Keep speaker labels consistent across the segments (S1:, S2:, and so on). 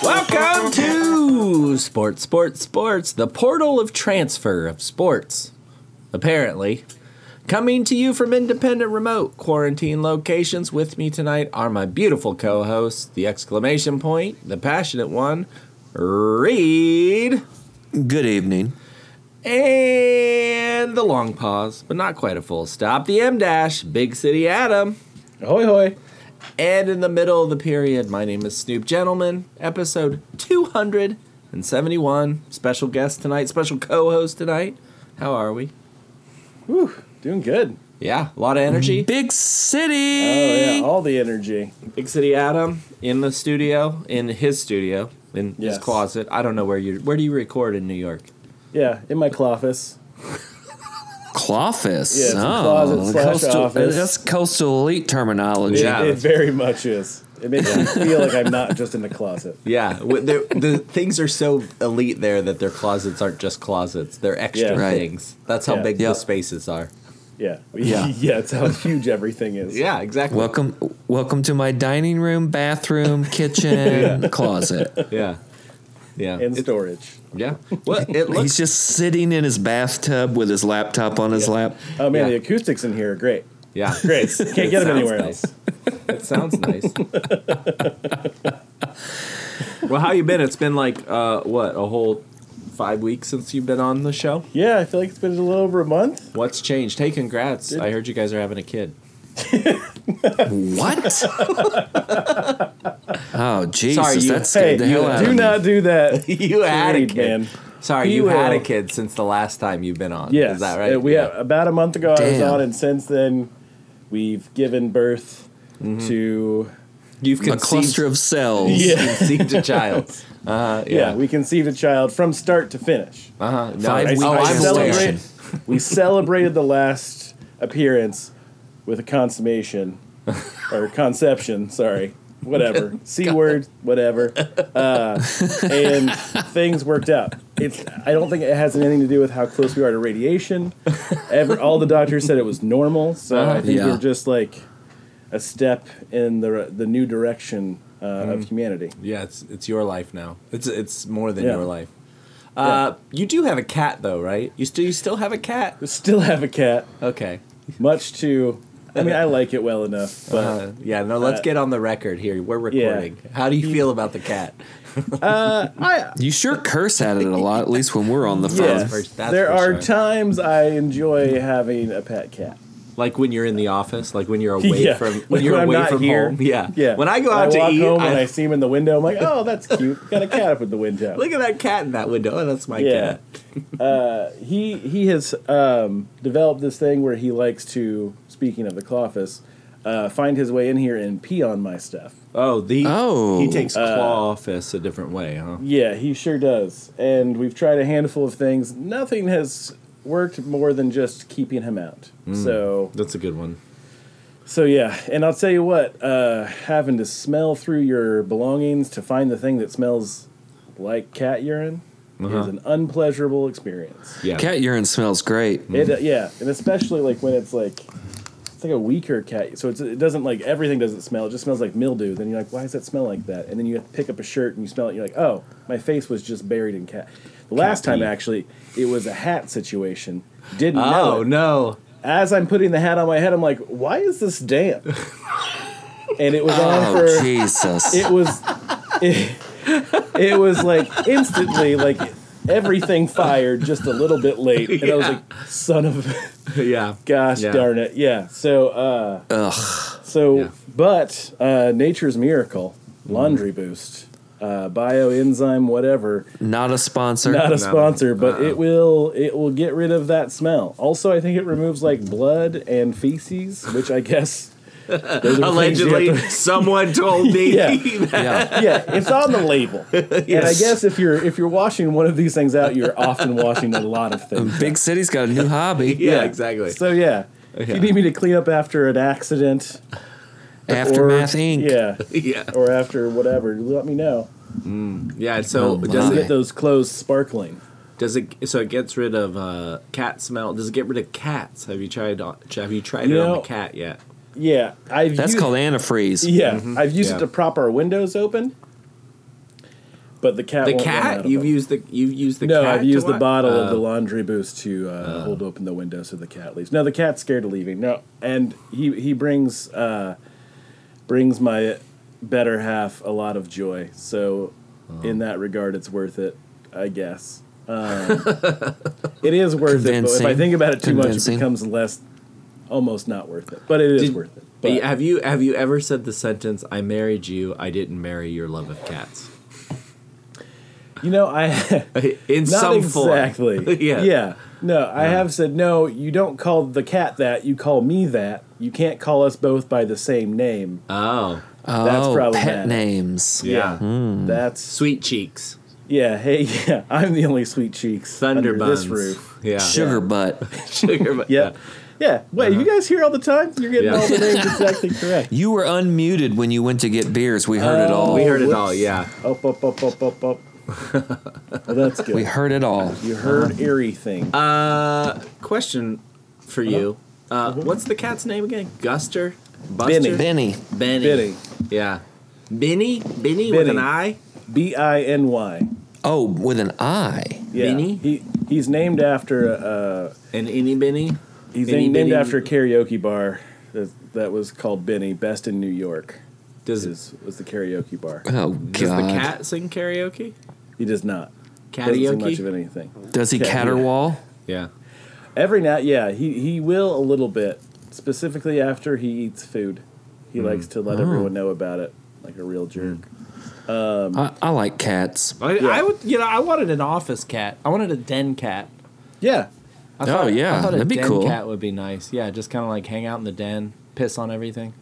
S1: Welcome to Sports, Sports, Sports, the portal of transfer of sports. Apparently. Coming to you from independent remote quarantine locations with me tonight are my beautiful co hosts, the exclamation point, the passionate one, Reed,
S2: Good evening.
S1: and the long pause, but not quite a full stop, the M dash, Big City Adam.
S3: Hoy hoy.
S1: And in the middle of the period, my name is Snoop Gentleman, episode 271. Special guest tonight, special co host tonight. How are we?
S3: Whew, doing good.
S1: Yeah, a lot of energy.
S2: Big
S3: Oh yeah,
S2: city.
S3: all the energy.
S1: Big City Adam in the studio, in his studio, in
S3: Yes.
S1: his closet. I don't know where you where do you record in New York?
S3: Yeah, in my cloffice.
S2: Cloffice.
S3: Yeah, it's a closet slash
S2: coastal,
S3: office.
S2: That's coastal elite terminology.
S1: Yeah.
S3: It, it very much is. It makes me feel like I'm not just in the closet.
S1: Yeah, with the, the things are so elite there that their closets aren't just closets; they're extra
S3: Yeah.
S2: Right.
S1: things. That's how
S3: Yeah.
S1: big
S2: Yeah.
S1: the spaces are.
S3: Yeah.
S2: Yeah.
S3: yeah, it's how huge everything is.
S1: Yeah, exactly.
S2: Welcome, welcome to my dining room, bathroom, kitchen, closet.
S1: Yeah, yeah,
S3: And
S1: It-
S3: storage.
S1: yeah. Well, it looks
S2: He's just sitting in his bathtub with his laptop on his lap.
S3: Oh man,
S1: Yeah.
S3: the acoustics in here are great.
S1: yeah.
S3: Great. Can't get them anywhere else.
S1: That sounds nice. well, how you been? It's been like uh, what a whole five weeks since you've been on the show.
S3: Yeah, I feel like it's been a little over a month.
S1: What's changed? Hey, congrats! I heard you guys are having a kid.
S2: What? oh Jesus,
S1: Sorry, you-
S2: that scared
S3: Hey,
S2: the hell out
S3: do
S2: of
S3: not do that.
S1: you had a
S3: Reed,
S1: kid.
S3: man.
S1: Sorry,
S3: He
S1: you had a
S3: will.
S1: kid since the last time you've been on.
S3: Yes.
S1: is that right?
S3: Uh, we have about a month ago I was
S2: Damn.
S3: on, and since then we've given birth
S1: Mm-hmm.
S3: to
S1: You've
S2: me. A
S1: conceived,
S2: cluster of cells.
S1: conceived a child. Uh,
S3: yeah.
S1: yeah.
S3: we conceived a child from start to finish.
S1: uh-huh. No,
S2: Five
S1: it's-
S2: weeks
S1: oh,
S3: I
S1: I'm
S2: gestation.
S1: aware.
S3: celebrate- we celebrated the last appearance with a consummation or conception, sorry. Whatever. C word, whatever. Uh, and things worked out. It's I don't think it has anything to do with how close we are to radiation. Ever, all the doctors said it was normal, so I think
S2: Yeah.
S3: we're just like a step in the the new direction uh, of humanity.
S1: Yeah, it's it's your life now. It's it's more than
S3: Yeah.
S1: your life. Uh, You do have a cat though, right? You still you still have a cat?
S3: We still have a cat,
S1: Okay.
S3: much to I mean, I like it well enough, but
S1: Uh, yeah, no. Let's
S3: Uh,
S1: get on the record here. We're
S3: yeah.
S1: recording. How do you feel about the cat? Uh,
S3: I
S2: You sure curse at it a lot, at least when we're on the phone.
S1: for- that's
S3: there
S1: for
S3: are
S1: sure.
S3: times I enjoy having a pet cat.
S1: Like when you're in the office, like when you're away
S3: Yeah.
S1: from when
S3: Like
S1: you're
S3: when I'm
S1: away
S3: not
S1: from
S3: here.
S1: home. Yeah,
S3: Yeah.
S1: When I go
S3: When
S1: out
S3: walk
S1: to eat,
S3: home and
S1: I-
S3: I see him in the window. I'm like, oh, that's cute. Got a cat up in the window.
S1: look at that cat in that window. Oh, that's my
S3: Yeah.
S1: cat.
S3: He he has um, developed this thing where he likes to, speaking of the cloffice, uh, find his way in here and pee on my stuff.
S1: Oh, the
S2: Oh.
S1: he takes
S3: Uh,
S1: claw office a different way, huh?
S3: Yeah, he sure does. And we've tried a handful of things. Nothing has worked more than just keeping him out.
S1: Mm.
S3: So
S1: That's a good one.
S3: So yeah, and I'll tell you what, uh, having to smell through your belongings to find the thing that smells like cat urine
S1: Uh-huh.
S3: is an unpleasurable experience.
S1: Yeah,
S2: Cat urine smells great.
S1: Mm-hmm.
S3: It, uh, yeah, and especially like when it's like it's like a weaker cat, so it's, it doesn't like everything doesn't smell. It just smells like mildew. Then you're like, why does that smell like that? And then you have to pick up a shirt and you smell it. And you're like, oh, my face was just buried in cat. The last time
S1: pee.
S3: actually, it was a hat situation. Didn't know
S1: Oh
S3: it
S1: no.
S3: as I'm putting the hat on my head, I'm like, why is this damp? and it was on for
S2: Oh Jesus!
S3: it was it, it was like instantly like everything fired just a little bit late. And I was
S1: Yeah.
S3: like, son of a
S1: yeah.
S3: gosh
S1: Yeah.
S3: darn it. Yeah. So uh
S2: Ugh.
S3: so
S1: Yeah.
S3: but uh nature's miracle, laundry boost, uh bioenzyme, whatever.
S2: Not a sponsor.
S3: Not
S1: No.
S3: a sponsor, but
S1: Uh-uh.
S3: it will it will get rid of that smell. Also, I think it removes like blood and feces, which I guess those are things you have
S1: Allegedly,
S3: to-
S1: someone told me.
S3: Yeah.
S1: that-
S2: yeah.
S3: yeah, it's on the label. And I guess if you're if you're washing one of these things out, you're often washing a lot of things.
S2: Big city's got a new hobby.
S1: Yeah, exactly.
S3: So yeah, if
S1: Yeah.
S3: you need me to clean up after an accident,
S2: Aftermath Inc.
S3: yeah,
S1: yeah,
S3: or after whatever, let me know.
S1: yeah. So
S2: Oh,
S1: does
S2: my.
S3: Get
S1: it?
S3: those clothes sparkling.
S1: Does it? So it gets rid of uh, cat smell. Does it get rid of cats? Have you tried? on- Have you tried
S3: You
S1: it on
S3: know-
S1: the cat yet?
S3: yeah, I've
S2: That's
S3: used,
S2: called antifreeze.
S3: yeah. I've used
S1: Yeah.
S3: it to prop our windows open, but the cat
S1: The
S3: won't run out
S1: cat?
S3: of
S1: You've
S3: them.
S1: used the you've used the
S3: no,
S1: cat.
S3: I've
S1: to Oh.
S3: used the
S1: wa-
S3: bottle
S1: Uh,
S3: of the laundry boost to uh, hold open the window so the cat leaves. No, the cat's scared of leaving. No, and he he brings uh, brings my better half a lot of joy. So
S1: Oh.
S3: in that regard, it's worth it, I guess. Um, it is worth it, but if I
S2: Convincing.
S3: think about it too much, it
S2: Convincing.
S3: becomes less, almost not worth it. But it is
S1: Did-
S3: worth it. But
S1: But have you have you ever said the sentence "I married you, I didn't marry your love of cats"?
S3: you know, I.
S1: In
S3: Not
S1: some
S3: exactly.
S1: form, yeah,
S3: Yeah. No, I have said no. You don't call the cat that. You call me that. You can't call us both by the same name.
S1: Oh,
S2: Oh,
S3: That's
S2: pet
S3: problematic.
S2: names.
S1: yeah. Hmm.
S3: That's
S1: Sweet cheeks,
S3: yeah. Hey, yeah. I'm the only sweet cheeks
S1: thunder
S3: under
S1: buns.
S3: this roof.
S1: Yeah,
S2: Sugar butt.
S1: sugar bun.
S3: Yep. Yeah. Wait, you guys hear all the time? You're getting
S1: Uh-huh. Yeah.
S3: all the names exactly correct.
S2: You were unmuted when you went to get beers. We heard it all.
S1: We
S2: We
S1: heard it
S3: whoops.
S1: all. Yeah,
S3: Up, up, up, up, up, up. well, that's good.
S2: heard it all.
S3: you heard everything.
S1: Uh, Question for
S3: Uh-huh.
S1: you. Uh, what's the cat's name again? Guster? Buster?
S3: Benny.
S2: Benny.
S1: Benny.
S3: Benny.
S1: Yeah. Benny? Benny with an
S3: Benny.
S1: I?
S3: B I N Y.
S2: Oh, with an I.
S3: Yeah.
S1: Benny?
S3: He he's named after a. Uh,
S1: An any Benny?
S3: He's
S1: Benny,
S3: named
S1: Benny.
S3: after a karaoke bar that, that was called Benny, best in New York.
S1: Does, does
S3: Is, was the karaoke bar.
S2: Oh
S1: the
S2: God.
S1: cat sing karaoke?
S3: He does not. Doesn't do much of
S1: Karaoke?
S3: anything.
S2: Does he
S3: Yeah.
S2: caterwaul?
S1: Yeah.
S3: Every now, yeah, he, he will a little bit, specifically after he eats food. He
S1: Mm.
S3: likes to let everyone
S1: Oh.
S3: know about it, like a real jerk.
S2: I, I like cats.
S1: I,
S3: Yeah.
S1: I would, you know, I wanted an office cat. I wanted a den cat.
S3: Yeah,
S1: I
S2: Oh, yeah,
S1: I thought a
S2: that'd be
S1: den
S2: cool.
S1: cat would be nice. Yeah, just kind of like hang out in the den, piss on everything.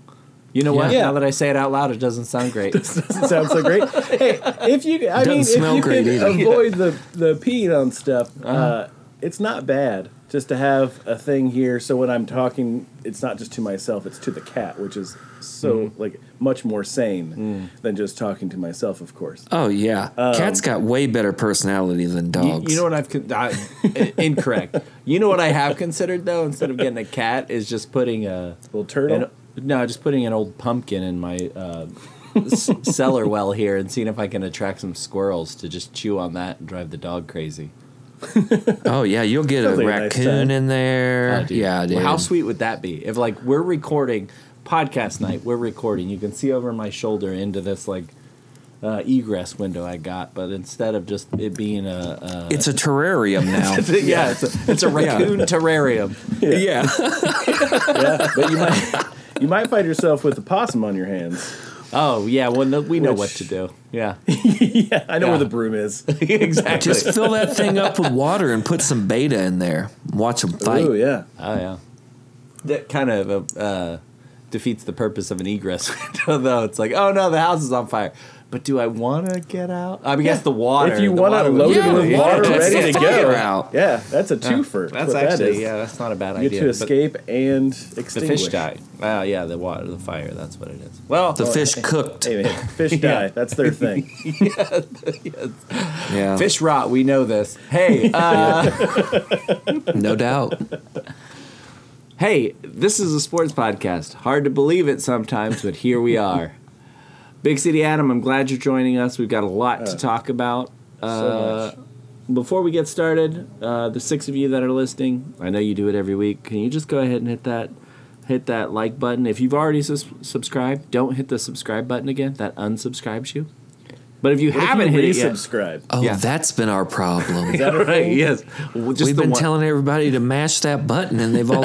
S1: You know what?
S3: Yeah.
S1: Now that I say it out loud, it doesn't sound great.
S3: doesn't sound so great. Hey, if you, I
S2: Doesn't
S3: mean, if
S2: smell
S3: you
S2: great
S3: can
S2: either.
S3: avoid the the peeing on stuff, uh, it's not bad just to have a thing here. So when I'm talking, it's not just to myself; it's to the cat, which is so like much more sane than just talking to myself. Of course,
S2: Oh yeah. cats got way better personality than
S1: You-
S2: dogs.
S1: You, know what I've con- I, i- incorrect. You know what I have considered though, instead of getting a cat, is just putting a an,
S3: little
S2: Oh.
S3: turtle.
S1: no, just putting an old pumpkin in my uh, s- cellar well here and seeing if I can attract some squirrels to just chew on that and drive the dog crazy.
S2: oh yeah, you'll get a
S3: Sounds like a nice
S2: raccoon
S3: time.
S2: in there.
S1: Oh, dude.
S2: yeah, dude.
S1: How sweet would that be? If like we're recording podcast night, we're recording. You can see over my shoulder into this like uh, egress window I got, but instead of just it being a,
S2: it's a terrarium now.
S1: a yeah, it's a, it's a raccoon terrarium.
S2: yeah.
S3: yeah, but you might you might find yourself with a possum on your hands.
S1: Oh yeah, well no, we know
S3: Which-
S1: what to do. Yeah,
S3: yeah, I know where
S1: Yeah.
S3: the broom is.
S1: exactly.
S2: Just fill that thing up with water and put some beta in there. Watch them fight.
S3: Ooh, yeah.
S1: oh yeah, that kind of uh, defeats the purpose of an egress window, though. It's like, oh no, the house is on fire. But do I want to get out? I mean, I guess the water.
S3: If you
S1: the
S3: want to
S1: water would-
S3: load
S2: Yeah,
S3: it with
S2: yeah,
S3: water
S2: that's the
S3: ready to
S2: fire
S3: go,
S2: out.
S3: yeah, that's a twofer.
S1: That's
S3: what that
S1: actually
S3: is.
S1: yeah, that's not a bad
S3: You
S1: idea.
S3: get to
S1: but
S3: escape and
S1: the
S3: extinguish.
S1: fish die. Wow, yeah, the water, the fire. That's what it is. Well,
S2: The fish cooked.
S3: Oh, Hey man, fish die. That's their thing.
S2: Yeah.
S1: fish rot. We know this. Hey, uh,
S2: No doubt.
S1: hey, this is a sports podcast. Hard to believe it sometimes, but here we are. Big City Adam, I'm glad you're joining us. We've got a lot to talk about. Uh,
S3: so much.
S1: before we get started, uh, the six of you that are listening, I know you do it every week. Can you just go ahead and hit that, hit that like button? If you've already sus- subscribed, don't hit the subscribe button again. That unsubscribes you. But if you
S3: If
S1: haven't
S3: you
S1: hit it yet,
S3: resubscribe.
S2: Oh,
S1: Yeah.
S2: that's been our problem.
S1: right? Yes, Well, just
S2: We've
S1: the
S2: been
S1: one-
S2: telling everybody to mash that button and they've all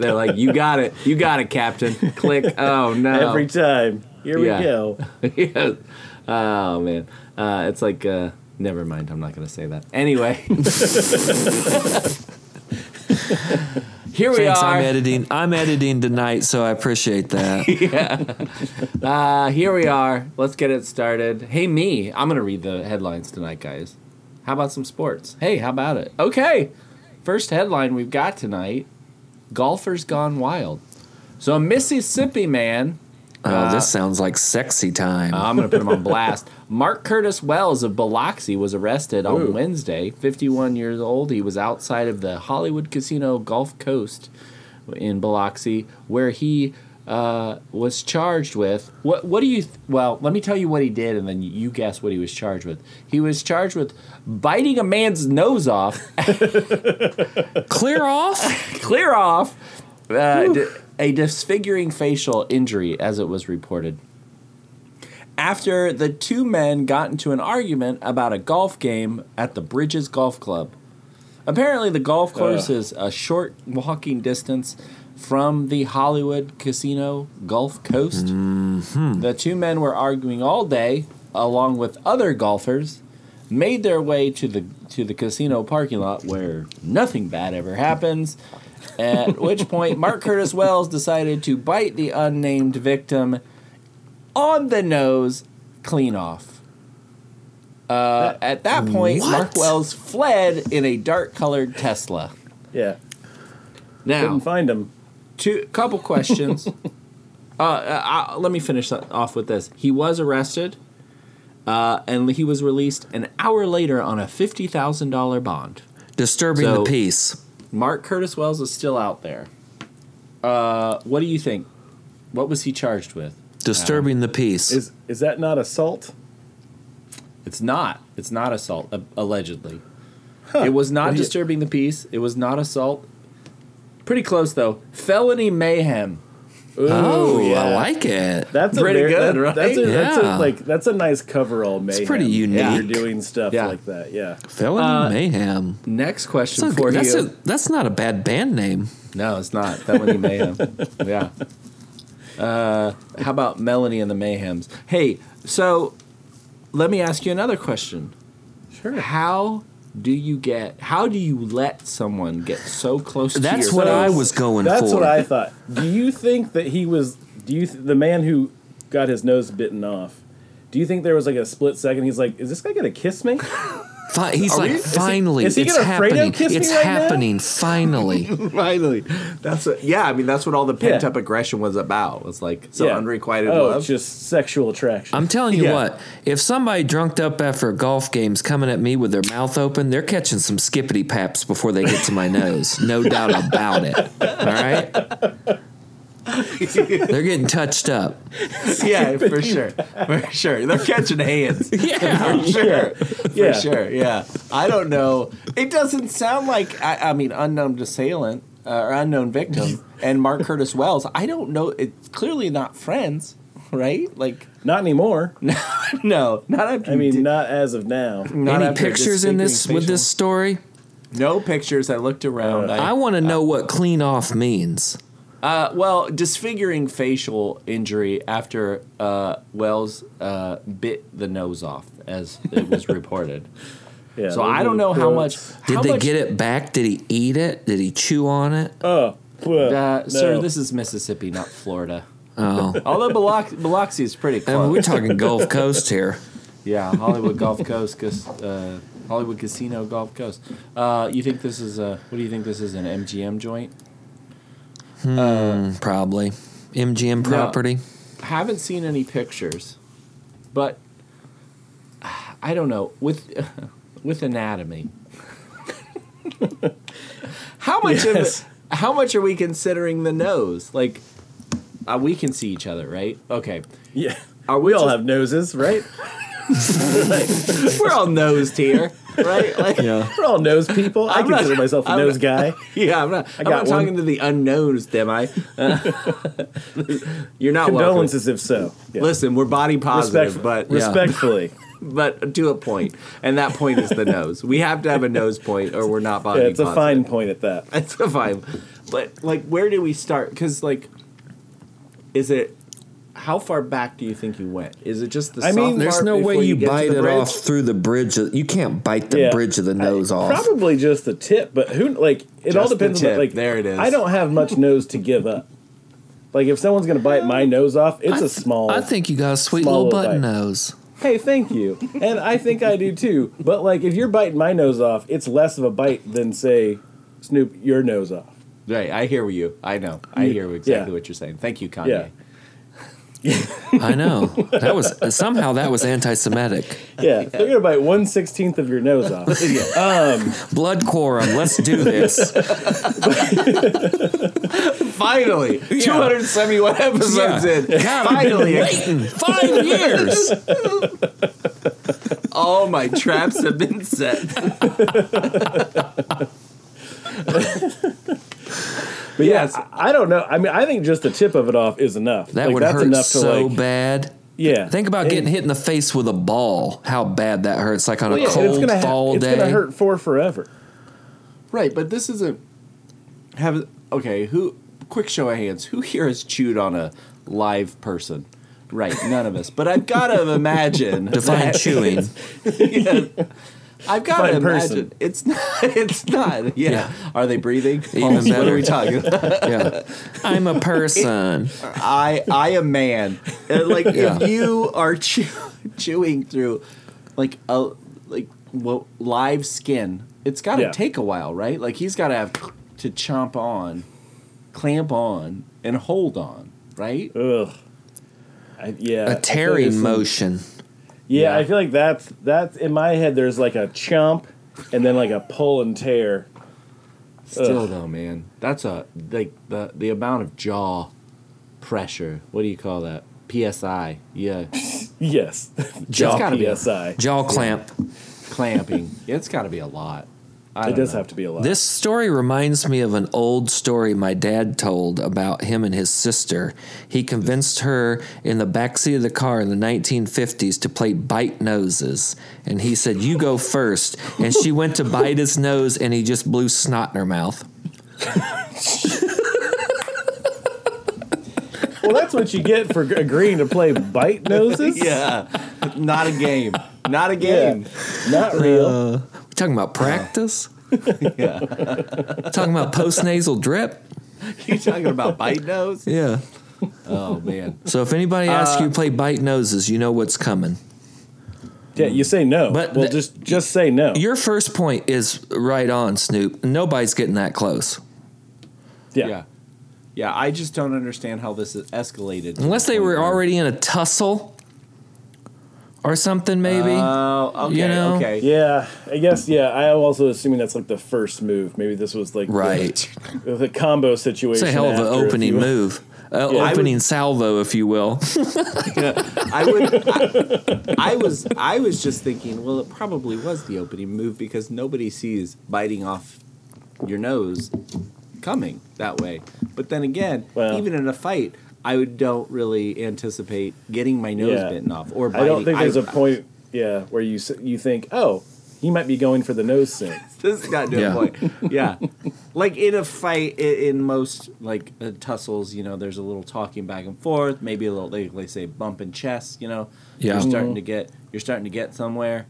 S1: They're like, "You got it, you got it, Captain." Click. Oh no.
S3: Every time. Here we
S1: Yeah.
S3: go.
S1: Yes. Oh man, uh, it's like. Uh, never mind. I'm not going to say that. Anyway. Here we
S2: Thanks,
S1: are.
S2: I'm editing. I'm editing tonight, so I appreciate that.
S1: Uh, here we are. Let's get it started. Hey, me. I'm going to read the headlines tonight, guys. How about some sports? Hey, how about it? Okay. First headline we've got tonight Golfers Gone Wild. So, a Mississippi man.
S2: Oh, this sounds like sexy time.
S1: I'm going to put him on blast. Mark Curtis Wells of Biloxi was arrested
S3: Ooh.
S1: on Wednesday. 51 years old. He was outside of the Hollywood Casino Gulf Coast in Biloxi, where he uh, was charged with what? What do you? Th- well, let me tell you what he did, and then you guess what he was charged with. He was charged with biting a man's nose off,
S2: Clear off?
S1: clear off, uh, d- a disfiguring facial injury, as it was reported. After the two men got into an argument about a golf game at the Bridges Golf Club. Apparently, the golf course
S3: Ugh.
S1: is a short walking distance from the Hollywood Casino Gulf Coast. The two men were arguing all day, along with other golfers, made their way to the to the casino parking lot where nothing bad ever happens. At which point, Mark Curtis Wells decided to bite the unnamed victim on the nose, clean off. Uh, at that point, Mark
S2: What?
S1: Wells fled in a dark-colored Tesla.
S3: Yeah.
S1: Now,
S3: Couldn't find him.
S1: two couple questions. uh, uh, uh, let me finish that off with this. He was arrested, uh, and he was released an hour later on a fifty thousand dollar bond.
S2: Disturbing
S1: So-
S2: the peace.
S1: Mark Curtis Wells is still out there. Uh, what do you think? What was he charged with?
S2: Disturbing the peace.
S3: Is is that not assault?
S1: It's not. It's not assault, a- allegedly. It was not
S3: What do you-
S1: disturbing the peace. It was not assault. Pretty close though. Felony mayhem.
S3: Ooh,
S2: oh,
S3: yeah.
S2: I like it.
S3: That's
S1: Pretty
S3: a very,
S1: good,
S3: that-
S1: right?
S3: That's a, that's
S2: Yeah.
S3: a, like that's a nice coverall. Mayhem.
S2: pretty
S3: if
S2: unique.
S3: You're doing stuff
S1: Yeah.
S3: like that. Yeah.
S2: Felony Mayhem.
S1: Next question
S2: That's, a,
S1: for
S2: that's,
S1: you.
S2: a, that's not a bad band name.
S1: No, it's not. That one you mayhem. yeah. Uh, how about Melanie and the Mayhems? Hey, so let me ask you another question.
S3: Sure.
S1: How do you get? How do you let someone get so close? to
S2: That's
S1: your
S2: what
S1: face?
S2: I was going
S3: That's
S2: for.
S3: what I thought. Do you think that he was? Do you th- the man who got his nose bitten off? Do you think there was like a split second? He's like, "Is this guy gonna kiss me?"
S2: Fi- he's like,
S1: we- is he-
S2: finally,
S3: is he
S2: it's
S3: gonna Fredo
S2: happening.
S3: kiss me
S2: It's
S3: right now?
S2: happening. Finally.
S1: Finally, that's what, yeah. I mean, that's what all the
S3: Yeah.
S1: pent up aggression was about. Was like so
S3: Yeah.
S1: unrequited
S3: oh,
S1: love.
S3: it's just sexual attraction.
S2: I'm telling you
S3: Yeah.
S2: what, if somebody drunked up after a golf game's coming at me with their mouth open, they're catching some skippity paps before they get to my nose. No doubt about it. All right? They're getting touched up.
S1: yeah, for sure, for sure. They're catching hands.
S2: Yeah.
S1: for sure.
S3: Yeah.
S1: For sure. Yeah. I don't know. It doesn't sound like I, I mean unknown assailant uh, or unknown victim and Mark Curtis Wells. I don't know. It's clearly not friends, right? Like
S3: not anymore.
S1: no, not after
S3: I
S1: you
S3: mean,
S1: did-
S3: not as of now.
S1: not
S2: Any
S1: after a
S2: pictures in this
S1: disfiguring
S2: with this
S1: facial.
S2: story?
S1: No pictures. I looked around. I,
S2: I want to know what clean off means.
S1: uh, well, disfiguring facial injury after uh, Wells uh, bit the nose off, as it was reported.
S3: Yeah,
S1: so I don't know how much.
S2: Did
S1: how
S2: they
S1: much-
S2: get it back? Did he eat it? Did he chew on it?
S3: Oh, well,
S1: Uh, Sir,
S3: no.
S1: this is Mississippi, not Florida.
S2: Oh.
S1: Although Biloxi, Biloxi is pretty
S2: I
S1: close.
S2: mean, we're talking Gulf Coast here.
S1: yeah, Hollywood Gulf Coast, cas- uh, Hollywood Casino Gulf Coast. Uh, you think this is a? What do you think this is? An MGM joint?
S2: Probably. MGM property.
S1: Haven't seen any pictures, but I don't know with with anatomy. how much
S3: Yes.
S1: of how much are we considering the nose? Like, uh, we can see each other, right? Okay,
S3: Yeah.
S1: Are
S3: Uh, we
S1: we
S3: all
S1: just-
S3: have noses, right?
S1: we're all nosed here, right? Like,
S2: Yeah.
S3: We're all nose people. I
S1: I'm not-
S3: consider myself a
S1: I'm
S3: nose
S1: not-
S3: guy.
S1: Yeah, I'm not. I am
S3: got
S1: not
S3: one.
S1: talking to the unknowns, am I? You're not welcome.
S3: Condolences, if so. Yeah.
S1: Listen, we're body positive,
S3: Respectf-
S1: but
S2: Yeah.
S3: respectfully.
S1: but to a point, and that point is the nose. We have to have a nose point, or we're not body.
S3: Yeah, it's a
S1: positive.
S3: fine point at that.
S1: It's a fine. But like, where do we start? Because like, is it? How far back do you think you went? Is it just the?
S3: I mean,
S1: soft
S2: There's
S1: part
S2: no way
S1: before
S2: you,
S1: get to
S2: bite
S1: the
S2: it
S1: bridge?
S2: off through the bridge. Of, you can't bite the
S3: Yeah.
S2: bridge of the nose off.
S3: Probably just the tip, but who like it all
S1: Just the
S3: depends
S1: tip.
S3: on like
S1: There it is.
S3: I don't have much nose to give up. Like if someone's gonna bite my nose off, it's a small.
S2: I think you got a sweet
S3: small
S2: little
S3: little
S2: button
S3: bite.
S2: nose.
S3: Hey, thank you, and I think I do too. But like if you're biting my nose off, it's less of a bite than say Snoop your nose off.
S1: Right, I hear you. I know. I hear exactly what you're saying. Thank you, Kanye.
S3: Yeah.
S2: I know that was somehow that was anti-Semitic.
S3: Yeah, they're gonna bite one sixteenth of your nose off.
S2: Blood quorum. Let's do this.
S1: Finally, 271 episodes
S2: Yeah.
S1: in.
S2: God, I've been
S1: Finally,
S2: waiting five years.
S1: all my traps have been set.
S3: But yeah,
S1: Yes.
S3: I, I don't know. I mean, I think just the tip of it off is enough.
S2: That
S3: Like,
S2: would
S3: that's
S2: hurt
S3: enough to
S2: so
S3: like,
S2: bad.
S3: yeah.
S2: Think about
S3: And-
S2: getting hit in the face with a ball. How bad that hurts! Like on
S1: Well,
S2: a
S1: yeah, and
S3: and it's
S2: cold
S3: gonna ha-
S2: fall
S3: it's
S2: day.
S3: gonna hurt for forever.
S1: Right, but this isn't. Have okay. Who? Quick show of hands. Who here has chewed on a live person? Right, none of us. But I've got to imagine.
S2: Define
S1: that-
S2: chewing.
S1: Yeah. I've got to
S3: Fine
S1: imagine.
S3: person.
S1: It's not. It's not. Yeah.
S2: Yeah.
S1: Are they breathing?
S2: Even
S1: Pulse? What
S2: better.
S1: are we talking? about?
S2: Yeah, I'm a person.
S1: I I am man. And, like
S2: Yeah.
S1: if you are chew- chewing through, like a like well, live skin, it's got to
S3: Yeah.
S1: take a while, right? Like he's got to have to chomp on, clamp on, and hold on, right?
S3: Ugh. I, yeah. I feel
S2: A
S3: like
S2: tearing
S3: some-
S2: motion.
S3: Yeah,
S1: Yeah.
S3: I feel like that's that's in my head. There's like a chomp, and then like a pull and tear.
S1: Still though, man, that's a like the the amount of jaw pressure. What do you call that? PSI. Yeah.
S3: Yes,
S1: It's
S3: jaw
S1: gotta be a-
S3: psi.
S2: Jaw clamp.
S1: clamping. It's got to be a lot. I
S3: It
S1: don't
S3: does
S1: know.
S3: have to be a lot.
S2: This story reminds me of an old story my dad told about him and his sister. He convinced her in the backseat of the car in the 1950s to play bite noses. And he said, You go first. And she went to bite his nose and he just blew snot in her mouth.
S3: well, that's what you get for g- agreeing to play bite noses.
S1: Yeah, not a game. Not a
S3: Yeah.
S1: game.
S3: not real.
S2: We're talking about practice?
S1: Yeah.
S2: talking about post nasal drip?
S1: You talking about bite nose?
S2: Yeah.
S1: Oh man.
S2: So if anybody asks you to play bite noses, you know what's coming.
S3: yeah, you say no.
S2: But
S3: well,
S2: the-
S3: just just say no.
S2: Your first point is right on, Snoop. Nobody's getting that close.
S3: Yeah.
S1: Yeah. yeah. I just don't understand how this is escalated. to
S2: Unless
S1: the
S2: they
S1: point
S2: were
S1: where-
S2: already in a tussle or something, maybe.
S3: Uh,
S1: Oh, okay,
S2: You know?
S1: okay.
S3: Yeah, I guess. Yeah, I'm also assuming that's like the first move. Maybe this was like the-
S2: right.
S3: the, combo situation.
S2: It's a hell of an
S3: after, if
S2: opening
S3: you-
S2: move. Uh,
S3: I would-
S2: opening salvo, if you will.
S1: I would. I, I was. I was just thinking. Well, it probably was the opening move because nobody sees biting off your nose coming that way. But then again,
S3: Well-
S1: even in a fight, I would, don't really anticipate getting my nose
S3: Yeah.
S1: bitten off or biting.
S3: I don't think there's
S1: a
S3: a point. Yeah, where you s- you think, oh, he might be going for the nose soon.
S1: This got to
S2: Yeah.
S1: a point. Yeah. like in a fight, i- in most like uh, tussles, you know, there's a little talking back and forth, maybe a little, they, they say bump and chest, you know.
S2: Yeah.
S1: You're starting to get, you're starting to get somewhere.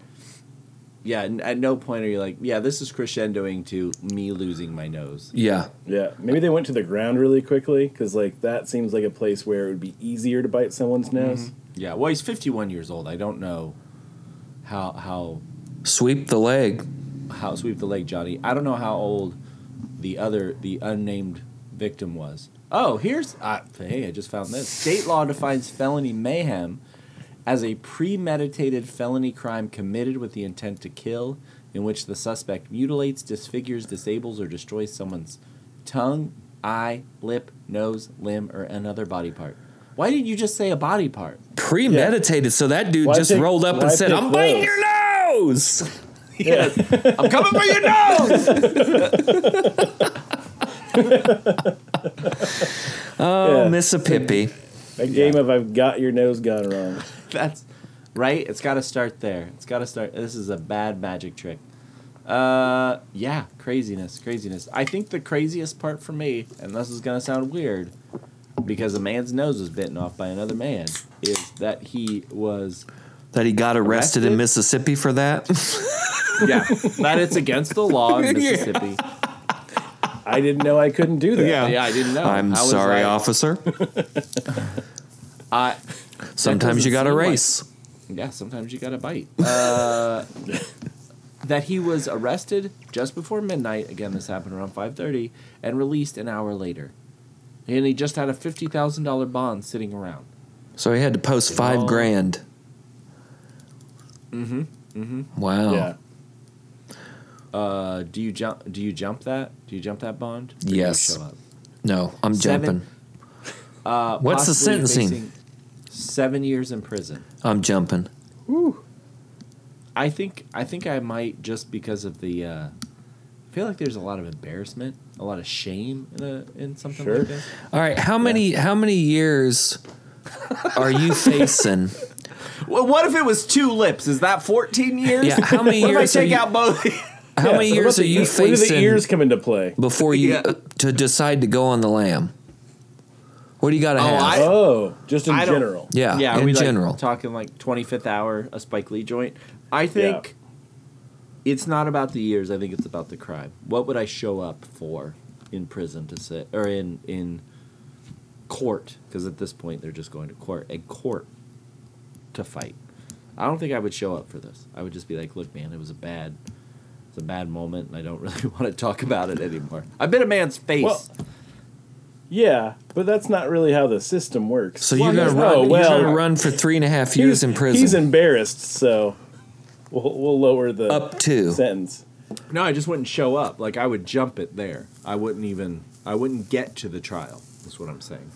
S1: Yeah. n- At no point are you like, yeah, this is crescendoing to me losing my nose.
S2: yeah.
S3: Yeah, maybe they went to the ground really quickly because like that seems like a place where it would be easier to bite someone's nose.
S1: Yeah. Well, he's 51 years old. I don't know how, how,
S2: Sweep the leg.
S1: how sweep the leg, Johnny. I don't know how old the other, the unnamed victim was. Oh, here's I, hey, I just found this. State law defines felony mayhem as a premeditated felony crime committed with the intent to kill, in which the suspect mutilates, disfigures, disables, or destroys someone's tongue, eye, lip, nose, limb, or another body part. Why did you just say a body part?
S2: Premeditated. So that dude
S3: Why
S2: just
S3: pick-
S2: rolled up
S3: why
S2: and said,
S3: pick
S2: I'm biting
S3: those?"
S2: your nose.
S1: Yes, I'm coming for your nose.
S2: Oh,
S3: Yeah.
S2: miss a pippy.
S3: A game of I've got your nose gone wrong.
S1: That's right. It's got to start there. It's got to start. This is a bad magic trick. Uh, yeah, craziness, craziness. I think the craziest part for me, and this is gonna sound weird, because a man's nose was bitten off by another man, is that he was.
S2: That he got arrested in
S1: Arrested?
S2: Mississippi for that.
S1: Yeah, that it's against the law in
S2: Yeah.
S1: Mississippi.
S3: I didn't know I couldn't do that.
S2: Yeah.
S1: Yeah, I didn't know.
S2: I'm
S1: How was
S2: sorry,
S1: I-
S2: officer.
S1: I,
S2: Sometimes
S1: doesn't
S2: you got to
S1: seem like-
S2: race.
S1: Yeah, sometimes you gotta bite. Uh, that he was arrested just before midnight. Again, this happened around five thirty, and released an hour later. And he just had a fifty thousand dollar bond sitting around.
S2: So he had to post five
S1: all-
S2: grand. Mm-hmm. Mm-hmm. Wow.
S3: Yeah.
S1: Uh, do you jump? Do you jump that? Do you jump that bond? Or do you
S2: Yes.
S1: show up?
S2: No, I'm
S1: Seven- Uh,
S2: jumping. What's the
S1: Possibly
S2: sentencing?
S1: facing Seven years in prison.
S2: I'm jumping.
S1: I think. I think I might just because of the. Uh, I feel like there's a lot of embarrassment, a lot of shame in a, in something
S3: Sure.
S1: like this.
S2: All right, how many how many years are you facing?
S1: Well, what if it was two lips? Is that 14 years?
S2: Yeah, how many
S1: what
S2: years
S1: if I
S2: are
S1: take
S2: you-
S1: out both?
S2: How
S3: Yeah,
S2: many
S3: what
S2: years
S3: about
S2: are you
S3: the- Where do the
S2: facing
S3: ears come into play?
S2: before you uh,
S1: Yeah.
S2: to decide to go on the lamb? What do you got to have?
S1: I-
S3: Oh, just in
S1: I don't-
S3: general.
S2: yeah,
S1: yeah, are
S2: in
S1: we like
S2: general.
S1: talking like 25th hour, a Spike Lee joint? I think it's not about the years. I think it's about the crime. What would I show up for in prison to sit or in in court? Because at this point, they're just going to court and court to fight. I don't think I would show up for this. I would just be like, look, man, it was a bad. It's a bad moment, and I don't really want to talk about it anymore. I bit a man's face.
S3: Well, Yeah, but that's not really how the system works.
S2: so you're gonna
S3: Oh,
S2: run.
S3: well,
S2: you're gonna run for three and a half
S3: he's-
S2: years in prison.
S3: He's embarrassed, so we'll, we'll lower the
S2: Up to.
S3: sentence.
S1: No, I just wouldn't show up. Like I would jump it there. I wouldn't even. I wouldn't get to the trial. That's what I'm saying.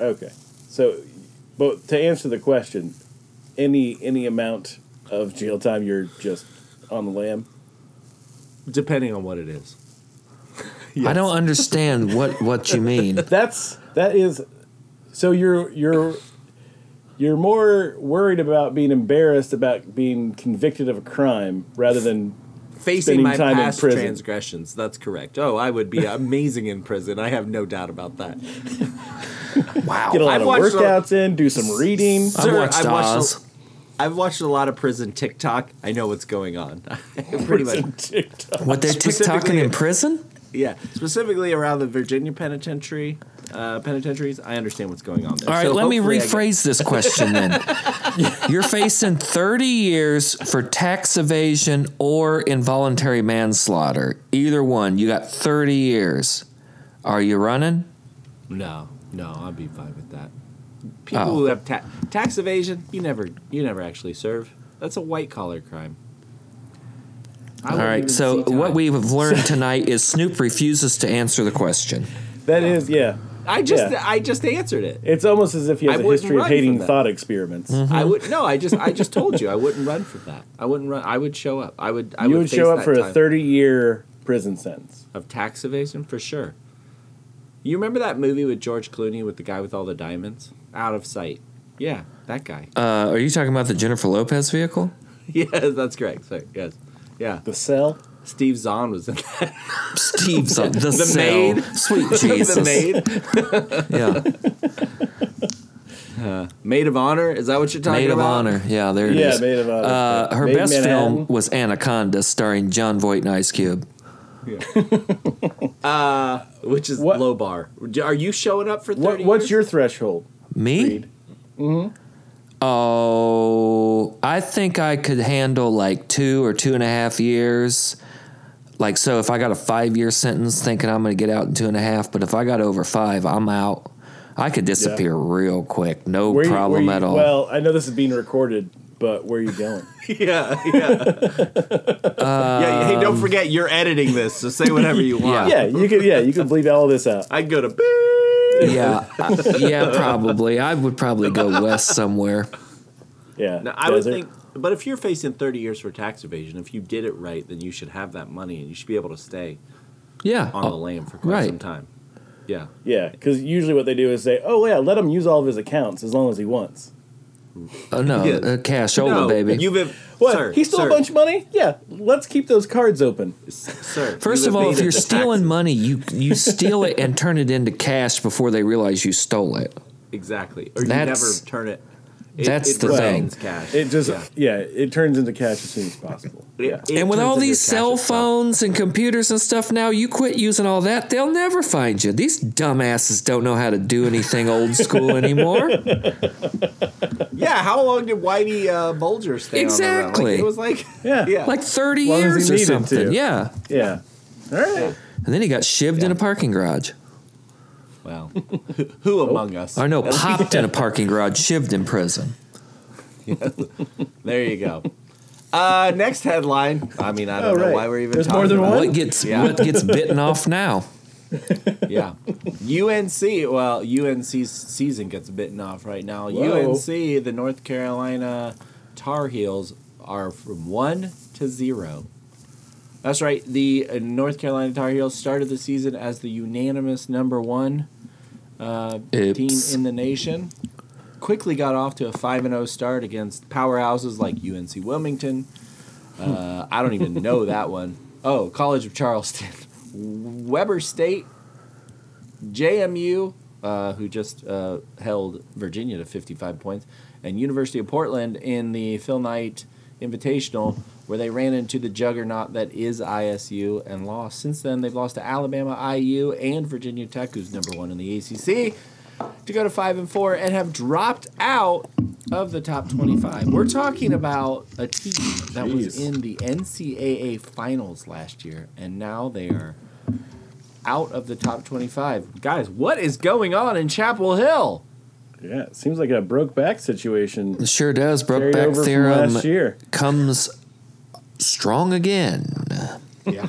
S3: Okay. So, but to answer the question, any any amount of jail time, you're just on the lam.
S1: Depending on what it is.
S2: I don't understand what what you mean.
S3: That's that is. So you're you're you're more worried about being embarrassed about being convicted of a crime rather than
S1: Facing
S3: Spending
S1: my
S3: time in
S1: past
S3: prison.
S1: transgressions. That's correct. Oh, I would be amazing in prison. I have no doubt about that.
S2: Wow.
S3: get a lot
S1: I've
S3: of
S1: watched a-
S3: workouts in, do some reading.
S2: I
S1: Sir,
S2: watched
S1: I've watched
S2: Oz.
S1: i I've watched a lot of prison TikTok. I know what's going on. Pretty much.
S3: TikTok.
S2: what they're TikToking
S1: specifically-
S2: in prison?
S1: Yeah. Specifically around the Virginia penitentiary, uh, penitentiaries. I understand what's going on there.
S2: All right,
S1: So
S2: let me
S1: hopefully I get-
S2: rephrase this question then. You're facing 30 years for tax evasion or involuntary manslaughter. Either one, you got 30 years. Are you running?
S1: No, no, I'd be fine with that. People
S2: Oh.
S1: who have ta- tax evasion, you never, you never actually serve. That's a white collar crime. I
S2: All
S1: wouldn't
S2: right.
S1: even
S2: So
S1: see time.
S2: what we have learned tonight is Snoop refuses to answer the question.
S3: That is, yeah.
S1: I just,
S3: yeah.
S1: I just answered it.
S3: It's almost as if he has
S1: I
S3: a
S1: wouldn't
S3: history of
S1: run for
S3: hating
S1: that.
S3: thought experiments.
S2: Mm-hmm.
S1: I would no, I just, I just told you, I wouldn't run for that. I wouldn't run. I would show up. I would. I
S3: You would,
S1: face
S3: show up
S1: that
S3: for a
S1: time
S3: 30 year prison sentence.
S1: of tax evasion for sure. You remember that movie with George Clooney with the guy with all the diamonds out of sight? Yeah, that guy.
S2: Uh, are you talking about the Jennifer Lopez vehicle?
S1: yes, that's correct. Sorry, yes, yeah.
S3: The cell?
S1: Steve Zahn was in that.
S2: Steve's on the,
S1: The
S2: cell.
S1: maid.
S2: Sweet
S1: the maid,
S2: Jesus. Yeah.
S1: maid of honor. Is that what you're talking
S2: Maid of
S1: about?
S2: Honor. Yeah, there it is.
S3: Yeah, Maid of Honor.
S2: Uh, her
S3: Maid
S2: best
S3: Manhattan.
S2: film was Anaconda, starring John Voight and Ice Cube.
S1: which is
S3: What-
S1: low bar. Are you showing up for
S3: What,
S1: thirty?
S3: what's
S1: years?
S3: your threshold?
S2: Me?
S3: Reed?
S2: Oh, I think I could handle like two or two and a half years. Like, so if I got a five year sentence thinking I'm going to get out in two and a half, but if I got over five, I'm out. I could disappear real quick. No
S3: Where you- where
S2: problem
S3: you-
S2: at all.
S3: Well, I know this is being recorded, but where are you going?
S1: yeah, yeah. yeah. Hey, don't forget you're editing this, so say whatever you want.
S3: yeah, you could. Yeah, you could bleep all this out.
S1: I'd go to beep.
S2: yeah. I- yeah, probably. I would probably go west somewhere.
S3: Yeah,
S1: Now, I would
S3: desert.
S1: think, but if you're facing thirty years for tax evasion, if you did it right, then you should have that money and you should be able to stay
S2: Yeah.
S1: on the lam for quite
S2: Oh, right.
S1: some time. Yeah,
S3: Yeah, because usually what they do is say, "Oh yeah, let him use all of his accounts as long as he wants."
S2: Oh, no,
S1: Yeah.
S2: uh, cash over,
S1: no,
S2: baby.
S1: You've ev-
S3: What?
S1: sir,
S3: he stole
S1: sir,
S3: a bunch of money? Yeah, let's keep those cards open.
S1: Sir,
S2: First
S1: you've
S2: of all, if
S1: evaded
S2: you're
S1: the
S2: stealing
S1: taxes.
S2: money, you you steal it and turn it into cash before they realize you stole it.
S1: exactly, or you never
S2: That's-
S1: turn it. it
S2: that's
S1: it
S2: the thing.
S1: remains Cash.
S3: It just
S1: Yeah.
S3: yeah, it turns into cash as soon as possible. Yeah.
S2: and
S1: turns
S2: with all
S1: into
S2: these
S1: cash
S2: cell
S1: itself.
S2: phones and computers and stuff now, you quit using all that, they'll never find you. These dumbasses don't know how to do anything old school anymore.
S1: Yeah, how long did Whitey uh, Bulger stay
S2: Exactly.
S1: on? the run? Like, it was like,
S3: Yeah.
S1: yeah,
S2: Like 30
S3: Long as
S2: years
S3: he
S2: or
S3: needed
S2: something.
S3: to.
S2: Yeah.
S3: yeah. All right.
S2: And then he got shivved in a parking garage.
S1: Well, who, who among us?
S2: Or no, popped in a parking garage, shivved in prison.
S1: There you go. Uh, next headline. I mean, I don't
S3: Oh,
S1: know
S3: right.
S1: why we're even
S3: There's
S1: talking
S3: more than
S1: about
S3: one?
S2: What gets
S1: Yeah.
S2: what gets bitten off now?
S1: it. Yeah. UNC, well, UNC's season gets bitten off right now.
S3: Whoa.
S1: UNC, the North Carolina Tar Heels, are from 1 to 0. That's right. The uh, North Carolina Tar Heels started the season as the unanimous number one uh, team
S2: Oops.
S1: in the nation. Quickly got off to a 5 0 start against powerhouses like UNC Wilmington. Uh, I don't even know that one. Oh, College of Charleston, Weber State, JMU, uh, who just uh, held Virginia to 55 points, and University of Portland in the Phil Knight Invitational, where they ran into the juggernaut that is ISU and lost. Since then, they've lost to Alabama, IU, and Virginia Tech, who's number one in the ACC, to go to five and four, and have dropped out of the top 25. We're talking about a team that was
S3: Jeez.
S1: in the NCAA finals last year, and now they are out of the top 25. Guys, what is going on in Chapel Hill?
S3: Yeah, it seems like a broke back situation
S2: It sure does.
S3: carried over
S2: Brokeback
S3: from
S2: Theorem
S3: last year.
S2: comes strong again
S1: Yeah.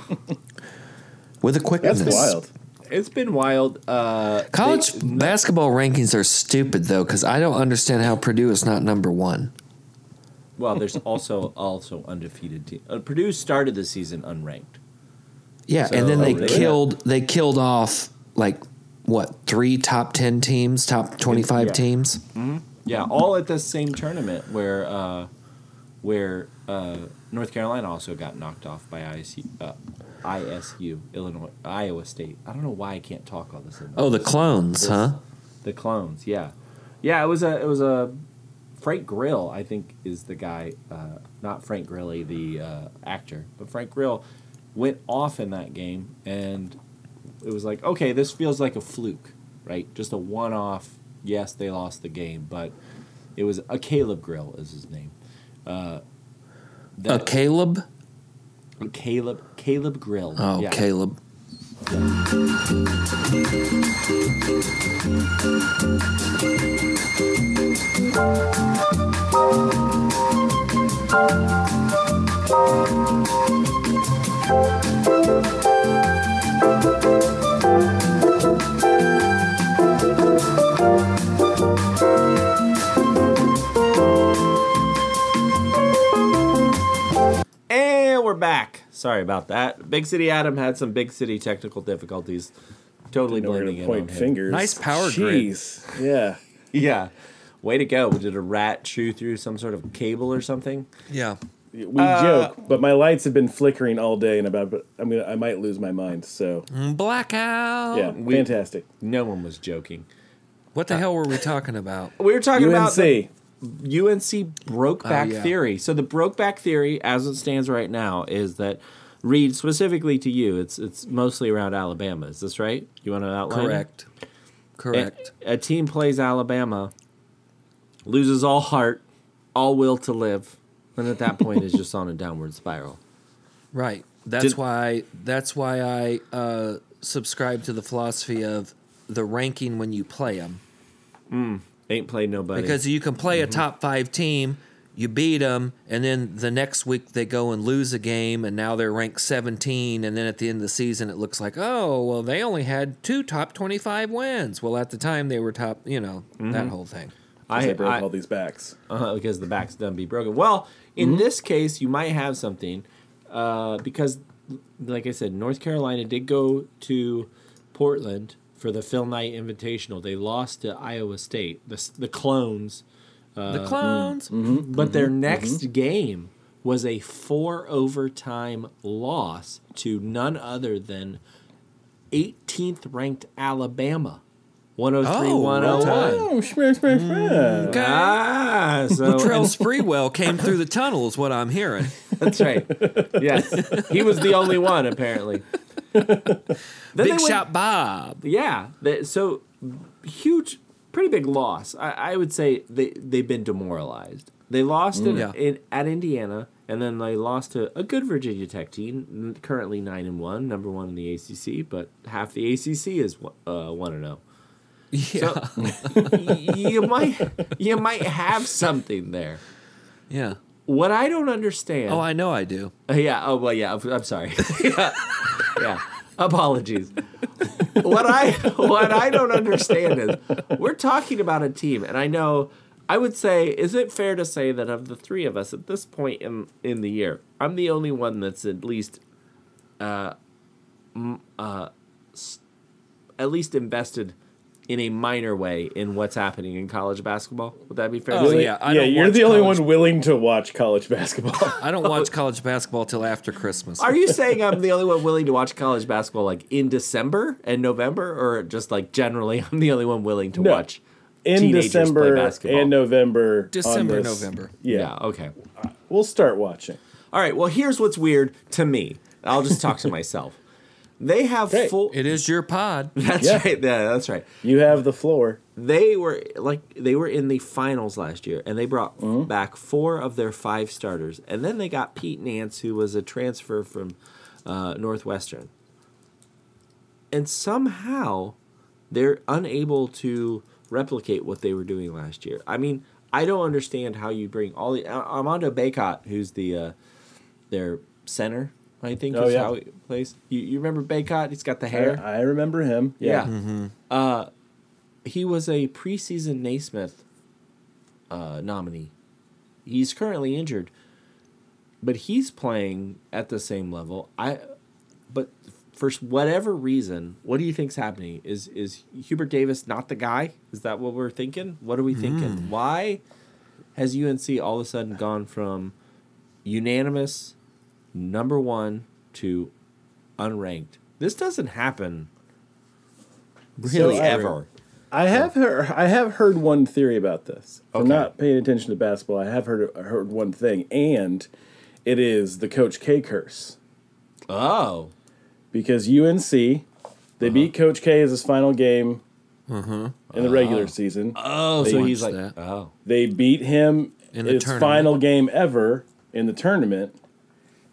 S2: with a quickness.
S3: That's wild.
S1: it's been wild. Uh,
S2: College
S1: they-
S2: basketball rankings are stupid though, because I don't understand how Purdue is not number one.
S1: well, there's also also undefeated team. Uh, Purdue started the season unranked.
S2: Yeah,
S1: So-
S2: and then
S1: Oh,
S2: they
S1: really?
S2: killed they killed off like what three top ten teams, top twenty five
S1: Yeah.
S2: teams.
S1: Yeah, all at the same tournament where uh, where uh, North Carolina also got knocked off by ISU, uh, ISU, Illinois, Iowa State. I don't know why I can't talk all this.
S2: Oh, the clones, huh?
S1: The clones, yeah, yeah. It was a it was a Frank Grill, I think, is the guy. Uh, not Frank Grilly, the uh, actor, but Frank Grill went off in that game, and it was like, okay, this feels like a fluke, right? Just a one off. Yes, they lost the game, but it was a Caleb Grill is his name. Uh,
S2: Uh,
S1: that-
S2: Caleb.
S1: Caleb Caleb Grill.
S2: Oh,
S1: yeah.
S2: Caleb.
S1: And we're back. Sorry about that. Big City Adam had some big city technical difficulties. Totally
S3: No, we're
S1: blaming
S3: gonna
S1: it
S3: point
S1: on him.
S3: fingers.
S2: Nice power grid.
S3: Jeez. grid. Yeah.
S1: Yeah. Way to go. Did a rat chew through some sort of cable or something?
S2: Yeah.
S3: We joke, but my lights have been flickering all day, and about but I'm gonna I might lose my mind. So
S2: Mm-hmm. Mm, Blackout.
S3: yeah,
S1: we-
S3: fantastic.
S1: No one was joking.
S2: What the hell were we talking about?
S1: We were talking about
S3: UNC.
S1: the UNC brokeback
S2: Oh, yeah.
S1: theory. So the brokeback theory, as it stands right now, is that Reed, specifically to you, it's it's mostly around Alabama. Is this right? You want to outline? it?
S2: Correct.
S1: A-
S2: Correct.
S1: a team plays Alabama, loses all heart, all will to live, and at that point is just on a downward spiral.
S2: Right. That's
S1: Did-
S2: why. That's why I uh, subscribe to the philosophy of the ranking when you play them,
S1: Ain't played nobody.
S2: because you can
S1: Mm-hmm.
S2: play a top five team, you beat them, and then the next week they go and lose a game, and now they're ranked 17, and then at the end of the season it looks like, oh, well, they only had two top 25 wins. Well, at the time they were top, you know,
S1: Mm-hmm.
S2: that whole thing.
S3: I, broke all these backs.
S1: uh, because the back's done be broken. Well, in
S2: Mm-hmm.
S1: this case, you might have something uh, because, like I said, North Carolina did go to Portland for the Phil Knight Invitational. They lost to Iowa State, the s- the clones, Uh, mm.
S2: the clones.
S1: but their
S2: Mm-hmm.
S1: next game was a four overtime loss to none other than 18th ranked Alabama, 103
S2: Oh,
S1: 101.
S2: okay.
S3: Oh, smash, smash, smash.
S1: Mm.
S2: Okay.
S1: Ah, so
S2: Trell Sprewell came through the tunnel, is what I'm hearing.
S1: That's right. Yes, he was the only one apparently. Then they
S2: Big
S1: went-
S2: Shot Bob.
S1: yeah. they- so huge, pretty big loss. I, I would say they they've been demoralized. They lost in,
S2: Mm. Yeah.
S1: in at Indiana, and then they lost to a good Virginia Tech team, n- currently nine and one, number one in the ACC, but half the ACC is one- uh, one and zero.
S2: Yeah.
S1: you might you might have something there.
S2: yeah.
S1: What I don't understand.
S2: Oh, I know I do.
S1: Uh, Yeah. Oh well. Yeah. I'm, I'm sorry. yeah. yeah. Apologies. what I what I don't understand is we're talking about a team, and I know I would say is it fair to say that of the three of us at this point in in the year, I'm the only one that's at least, uh, m- uh, s- at least invested in a minor way in what's happening in college basketball. Would that be fair? to
S2: Oh,
S1: say?
S2: yeah, I
S3: yeah,
S2: don't
S3: you're
S2: watch
S3: the only
S2: college-
S3: one willing to watch college basketball.
S2: I don't watch college basketball till after Christmas.
S1: Are you saying I'm the only one willing to watch college basketball like in December and November, or just like generally I'm the only one willing to
S3: No.
S1: watch?
S3: in
S1: Teenagers play
S3: December
S1: basketball.
S3: and November. on
S2: December,
S3: this.
S2: November.
S3: Yeah.
S1: yeah. Okay.
S3: we'll start watching.
S1: All right. Well, here's what's weird to me. I'll just talk to myself. They have
S3: Great.
S1: full.
S2: It is your pod.
S1: That's
S3: Yeah.
S1: right. Yeah, that's right.
S3: You have the floor.
S1: They were like they were in the finals last year, and they brought
S3: Mm-hmm.
S1: back four of their five starters, and then they got Pete Nance, who was a transfer from uh, Northwestern, and somehow they're unable to replicate what they were doing last year. I mean, I don't understand how you bring all the Ar- Armando Baycott, who's the uh, their center, I think
S3: Oh,
S1: is
S3: yeah.
S1: how he plays. You, you remember Baycott? He's got the
S3: I,
S1: hair.
S3: I remember him.
S1: Yeah.
S3: Yeah.
S1: Uh, he was a preseason Naismith uh, nominee. He's currently injured, but he's playing at the same level. I, but for whatever reason, what do you think's happening? Is is Hubert Davis not the guy? Is that what we're thinking? What are we thinking? Why has UNC all of a sudden gone from unanimous number one to unranked? This doesn't happen really
S3: So, uh,
S1: ever.
S3: I have heard. I have heard one theory about this. If I'm
S1: Okay.
S3: not paying attention to basketball. I have heard heard one thing, and it is the Coach K curse
S1: Oh,
S3: because UNC they
S1: Uh-huh.
S3: beat Coach K as his final game
S1: Mm-hmm.
S3: in the regular season.
S1: Oh, so
S2: watch
S1: he's like,
S2: that.
S1: oh,
S3: They beat him
S2: In
S3: in
S2: the
S3: his
S2: tournament.
S3: final game ever in the tournament.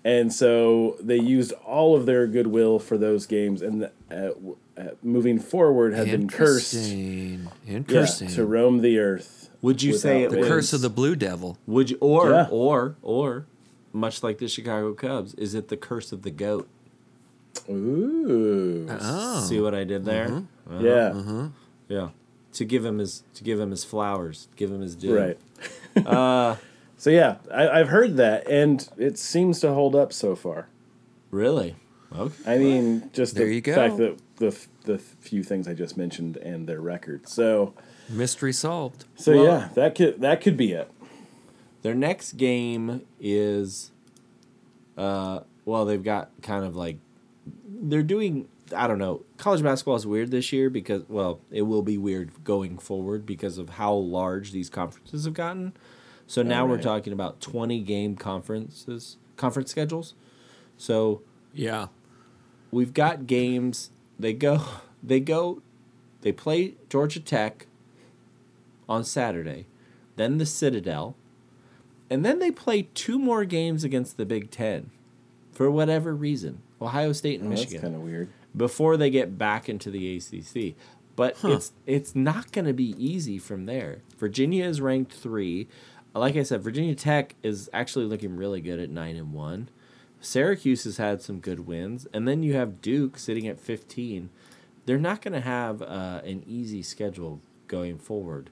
S3: And so they used all of their goodwill for those games, and uh, w- uh, moving forward, have been cursed
S2: Interesting.
S3: yeah,
S2: Interesting.
S3: to roam the earth.
S1: would you say it
S3: Without
S2: the
S1: was,
S2: curse of the Blue Devil.
S1: Would you, or
S3: Yeah.
S1: or or much like the Chicago Cubs, is it the curse of the goat?
S3: Ooh,
S2: Oh.
S1: See what I did there? Uh,
S3: yeah,
S2: Uh-huh.
S1: yeah. To give him his to give him his flowers, give him his due.
S3: right.
S1: Uh,
S3: so yeah, I, I've heard that, and it seems to hold up so far.
S1: Really? Okay.
S3: I mean, just
S2: There
S3: the
S2: you go.
S3: fact that the f- the few things I just mentioned and their record. So
S2: Mystery solved.
S3: so
S1: Well-
S3: yeah, that could that could be it.
S1: Their next game is, uh, well, they've got kind of like, they're doing. I don't know. College basketball is weird this year because, well, it will be weird going forward because of how large these conferences have gotten. So now we're
S3: right.
S1: talking about 20 game conferences, conference schedules. So
S2: Yeah.
S1: we've got games. They go, they go, they play Georgia Tech on Saturday, then the Citadel, and then they play two more games against the Big Ten for whatever reason Ohio State and
S3: That's
S1: Michigan
S3: kind of weird.
S1: before they get back into the ACC. But it's it's not going to be easy from there. Virginia is ranked three. Like I said, Virginia Tech is actually looking really good at nine and one. Syracuse has had some good wins, and then you have Duke sitting at fifteen. They're not going to have uh, an easy schedule going forward.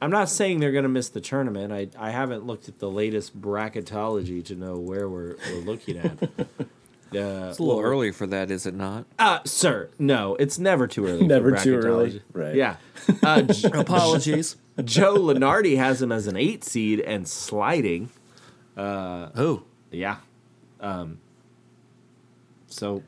S1: I'm not saying they're going to miss the tournament. I, I haven't looked at the latest bracketology to know where we're, we're looking at. Uh,
S2: It's a little early for that, is it not?
S1: uh, sir, no, it's never too early. for
S3: Never too
S1: bracketology.
S3: early, right.
S1: Yeah. Uh, J-
S2: Apologies.
S1: Joe Lenardi has him as an eight seed and sliding.
S2: oh.
S1: Yeah. Um, so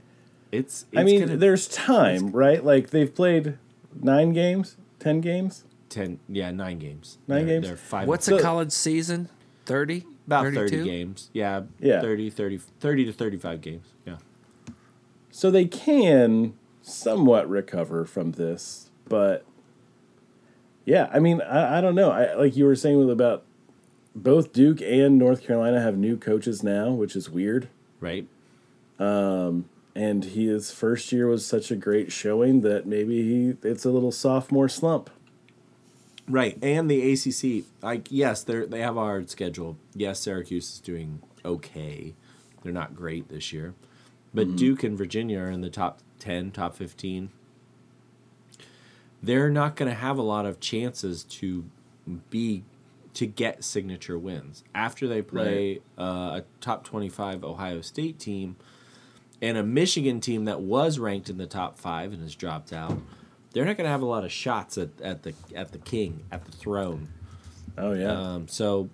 S1: it's, it's
S3: I mean,
S1: gonna-
S3: there's time, right? Like they've played nine games, ten games.
S1: 10, yeah, nine games.
S3: Nine
S1: They're-
S3: games?
S1: They're five.
S2: What's
S1: and-
S2: a college season? 30?
S1: about 30
S2: 32?
S1: games. Yeah.
S3: Yeah.
S1: 30, 30, 30 to 35 games. Yeah.
S3: So they can somewhat recover from this, but yeah, I mean, I, I don't know. I like you were saying with about both Duke and North Carolina have new coaches now, which is weird.
S1: Right.
S3: and he, his first year was such a great showing that maybe he it's a little sophomore slump.
S1: Right, and the ACC, like yes, they they have a hard schedule. Yes, Syracuse is doing okay; they're not great this year, but Duke and Virginia are in the top ten, top fifteen. They're not going to have a lot of chances to be to get signature wins after they play uh, a top twenty-five Ohio State team and a Michigan team that was ranked in the top five and has dropped out, they're not going to have a lot of shots at, at the at the king at the throne.
S3: Oh yeah,
S1: Um, so,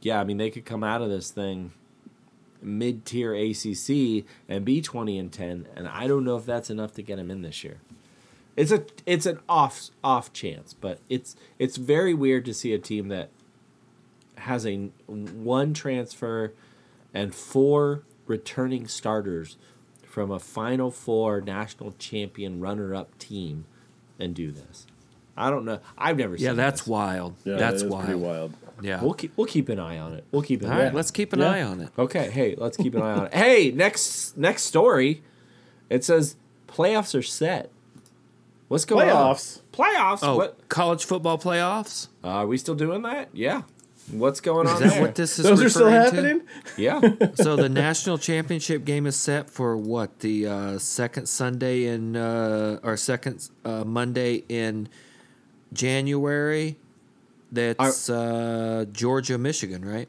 S1: yeah, I mean they could come out of this thing mid tier ACC and be twenty and ten, and I don't know if that's enough to get them in this year. It's a it's an off off chance, but it's it's very weird to see a team that has a n- one transfer and four returning starters from a Final Four national champion runner up team and do this. I don't know. I've never seen.
S2: Yeah, that's
S1: this.
S2: wild.
S3: yeah,
S2: that's
S3: it is
S2: wild.
S3: pretty wild.
S2: Yeah.
S1: We'll keep we'll keep an eye on it. We'll keep an
S2: All
S1: eye.
S2: right,
S1: on it.
S2: let's keep an
S3: Yeah.
S2: eye on it.
S1: Okay, hey, let's keep an eye on it. Hey, next next story. It says playoffs are set. What's going
S3: Playoffs?
S1: on? Playoffs.
S2: Oh,
S1: What
S2: college football playoffs?
S1: are we still doing that? Yeah. What's going on
S2: Is that
S1: there?
S2: what this is
S3: Those are still
S2: referring to?
S3: happening.
S1: yeah.
S2: so the national championship game is set for what the uh, second Sunday in uh, or second uh, Monday in January. That's uh, Georgia, Michigan, right?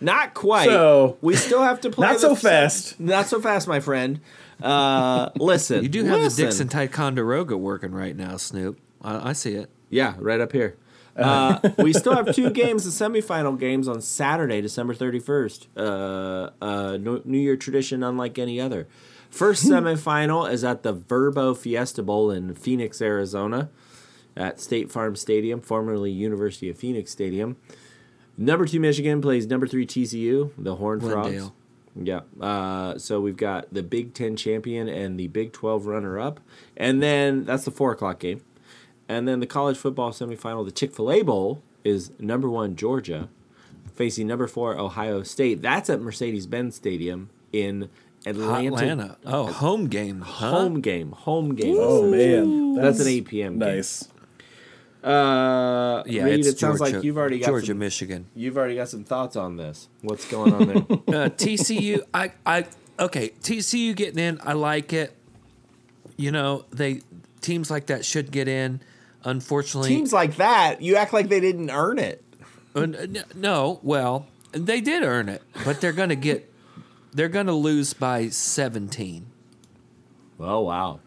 S1: Not quite.
S3: So-
S1: we still have to play.
S3: Not so
S1: the-
S3: fast.
S1: Not so fast, my friend. Uh, listen,
S2: You do have
S1: listen.
S2: the Dixon Ticonderoga working right now, Snoop. I, I see it.
S1: Yeah, right up here. Uh, we still have two games, the semifinal games on Saturday, December 31st. Uh, uh, no- New Year tradition unlike any other. First semifinal is at the Verbo Fiesta Bowl in Phoenix, Arizona, at State Farm Stadium, formerly University of Phoenix Stadium. Number two Michigan plays number three TCU, the Horned Frogs.
S2: Glendale.
S1: Yeah. Uh, so we've got the Big Ten champion and the Big Twelve runner-up, and then that's the four o'clock game, and then the college football semifinal, the Chick Fil A Bowl, is number one Georgia facing number four Ohio State. That's at Mercedes-Benz Stadium in Atlanta.
S2: Atlanta. Oh, home game. Huh?
S1: Home game. Home game.
S3: Oh man,
S1: That's an 8 p.m. game.
S3: Nice.
S1: Uh,
S2: Yeah,
S1: Reed,
S2: it's
S1: it sounds
S2: Georgia,
S1: like you've already got
S2: Georgia,
S1: some,
S2: Michigan.
S1: you've already got some thoughts on this. What's going on there?
S2: uh, TCU, I, I, okay, TCU getting in, I like it. You know, they teams like that should get in. Unfortunately,
S1: Teams like that, you act like they didn't earn it.
S2: Uh, n- no, well, they did earn it, but they're going to get, they're going to lose by seventeen.
S1: Oh wow.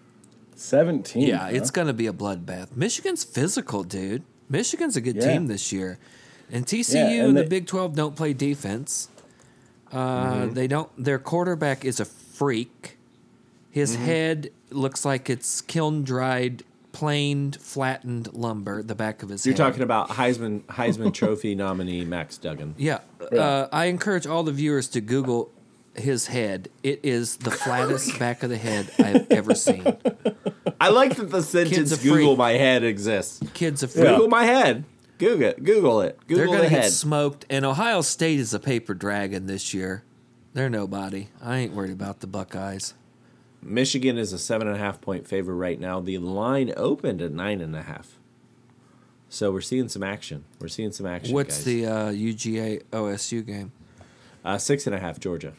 S3: Seventeen.
S2: Yeah,
S3: huh?
S2: it's going to be a bloodbath. Michigan's physical, dude. Michigan's a good
S3: Yeah.
S2: team this year, and TCU
S3: Yeah,
S2: and,
S3: and
S2: the
S3: they-
S2: Big Twelve don't play defense. Uh, They don't. Their quarterback is a freak. His head looks like it's kiln dried, planed, flattened lumber. The back of his
S1: You're
S2: head.
S1: talking about Heisman Heisman Trophy nominee Max Duggan.
S2: Yeah, uh, I encourage all the viewers to Google his head. It is the flattest back of the head I have ever seen.
S1: I like that the sentence
S2: a freak.
S1: "Google my head" exists.
S2: Kids a freak.
S3: Yeah.
S1: Google my head. Google it. Google it.
S2: They're
S1: Google
S2: gonna
S1: the
S2: get
S1: head.
S2: smoked. And Ohio State is a paper dragon this year. They're nobody. I ain't worried about the Buckeyes.
S1: Michigan is a seven and a half point favorite right now. The line opened at nine and a half. So we're seeing some action. We're seeing some action.
S2: What's
S1: guys.
S2: the uh, UGA OSU game?
S1: uh, six and a half Georgia?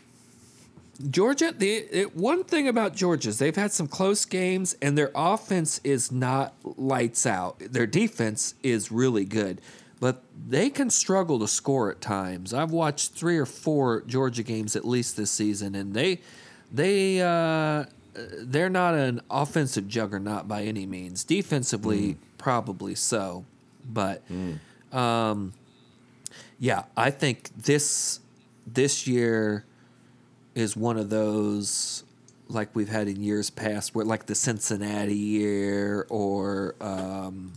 S2: Georgia. The it, one thing about Georgia is they've had some close games, and their offense is not lights out. Their defense is really good, but they can struggle to score at times. I've watched three or four Georgia games at least this season, and they they uh, they're not an offensive juggernaut by any means. Defensively, probably so, but. Yeah, I think this this year is one of those like we've had in years past, where like the Cincinnati year or um,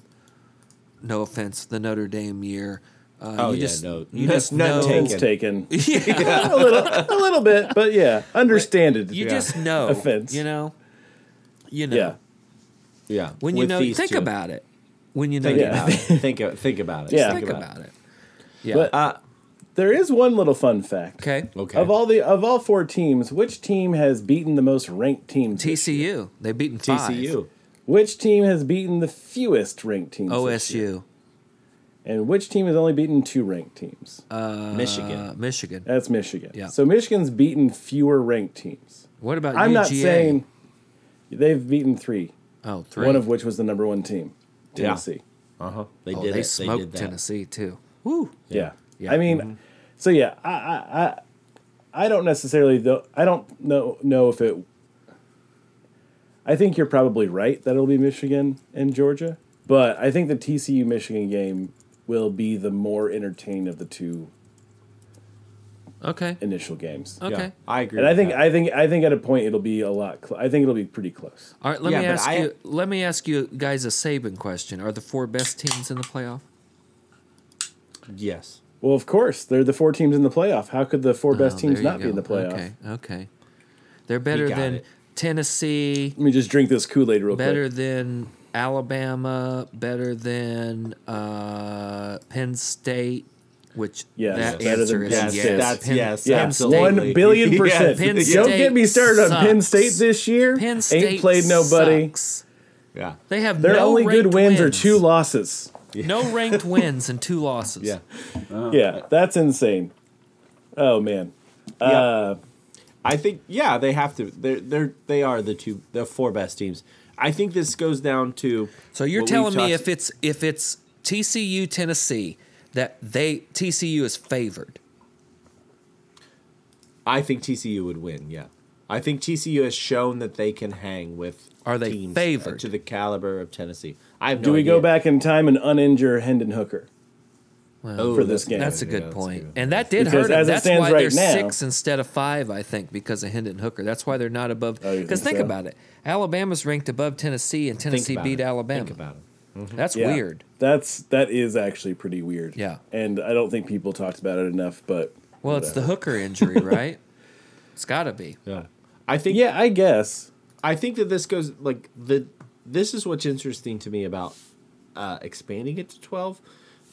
S2: no offense, the Notre Dame year. Uh,
S1: Oh
S2: you
S1: yeah,
S2: just-
S1: no,
S2: you
S1: no-
S2: just
S1: none
S2: know-
S3: Points
S1: taken.
S3: taken.
S2: Yeah,
S3: a little, a little bit, but yeah, understand it.
S2: you
S3: Yeah.
S2: just know.
S3: Offense.
S2: You know. You know.
S3: yeah,
S1: Yeah,
S2: When you
S1: with
S2: know,
S1: these
S2: think
S1: two.
S2: about it. When you know,
S1: Think
S2: you
S3: Yeah.
S2: know.
S1: about it. Think, think about it.
S3: Yeah.
S2: think about it. Yeah.
S3: But-
S1: Uh,
S3: There is one little fun fact.
S2: Okay.
S1: Okay.
S3: Of all the of all four teams, which team has beaten the most ranked teams?
S2: TCU. They beaten five.
S1: TCU.
S3: Which team has beaten the fewest ranked teams? this year?
S2: OSU.
S3: And which team has only beaten two ranked teams?
S1: Michigan.
S2: Uh, Michigan.
S3: That's Michigan.
S2: yeah.
S3: So Michigan's beaten fewer ranked teams.
S2: What about
S3: I'm
S2: UGA?
S3: not saying they've beaten three,
S2: Oh, three.
S3: one of which was the number one team,
S1: Yeah.
S3: Tennessee.
S1: Uh huh. They
S2: oh,
S1: did
S2: they
S1: it. They
S2: smoked
S1: did that.
S2: Tennessee too. Woo.
S3: Yeah.
S2: Yeah. Mm-hmm.
S3: I mean, so yeah, I, I, I, I don't necessarily though. I don't know know if it. I think you're probably right that it'll be Michigan and Georgia, but I think the TCU Michigan game will be the more entertaining of the two
S2: Okay.
S3: initial games.
S1: Yeah,
S2: Okay.
S1: I agree.
S3: And I
S1: with
S3: think
S1: that.
S3: I think I think at a point it'll be a lot. Cl- I think it'll be pretty close.
S2: All right. Let
S1: Yeah,
S2: me
S1: but
S2: ask
S1: I-
S2: you. Let me ask you guys a Saban question. Are the four best teams in the playoff?
S1: yes.
S3: Well, of course, they're the four teams in the playoff. How could the four best
S2: Oh,
S3: teams
S2: there you
S3: not be
S2: go.
S3: in the playoff?
S2: Okay. Okay. They're better
S1: got
S2: than
S1: it.
S2: Tennessee.
S3: Let me just drink this Kool Aid real
S2: Better
S3: quick.
S2: than Alabama. Better than uh, Penn State. Which
S3: Yes,
S2: that
S3: better
S2: answer
S3: than
S2: is
S3: Penn
S1: Yes.
S2: yes.
S3: State.
S1: That's
S2: Penn-
S1: yes.
S3: Yeah,
S1: absolutely.
S3: one billion
S1: Yes,
S3: percent.
S2: Penn
S3: Don't
S2: State
S3: get me started on Penn
S2: sucks.
S3: State this year.
S2: Penn State
S3: ain't played nobody.
S2: sucks.
S1: Yeah.
S2: They have
S3: Their
S2: no
S3: only good
S2: ranked
S3: wins, are two losses.
S2: No ranked wins and two losses.
S1: Yeah. Oh.
S3: Yeah, that's insane. Oh man, uh,
S1: I think yeah, they have to. They're they're they are the two the four best teams. I think this goes down to.
S2: So you're
S1: what we've
S2: telling me
S1: talked-
S2: if it's if it's TCU Tennessee that they TCU is favored.
S1: I think TCU would win. Yeah, I think TCU has shown that they can hang with.
S2: Are they
S1: teams
S2: favored?
S1: uh, to the caliber of Tennessee? I have no
S3: do we go
S1: idea.
S3: back in time and uninjure Hendon Hooker?
S1: Oh,
S3: for
S1: that's-
S3: this game?
S2: That's a
S1: yeah,
S2: good
S1: that's
S2: point.
S1: good.
S2: And that did
S3: Because
S2: hurt them.
S3: as it
S2: That's
S3: stands
S2: why
S3: right
S2: they're
S3: now-
S2: six instead of five, I think, because of Hendon Hooker. That's why they're not above.
S3: Oh, you
S2: Because think,
S3: think so?
S2: about it. Alabama's ranked above Tennessee, and
S1: Think
S2: Tennessee
S1: about
S2: beat
S1: it.
S2: Alabama.
S1: Think about it.
S2: That's
S3: Yeah.
S2: weird.
S3: That's that is actually pretty weird.
S2: Yeah.
S3: and I don't think people talked about it enough. But
S2: Well, it's the Hooker injury, right? it's got to be.
S1: Yeah, I think
S3: yeah, I guess.
S1: I think that this goes like the this is what's interesting to me about uh, expanding it to 12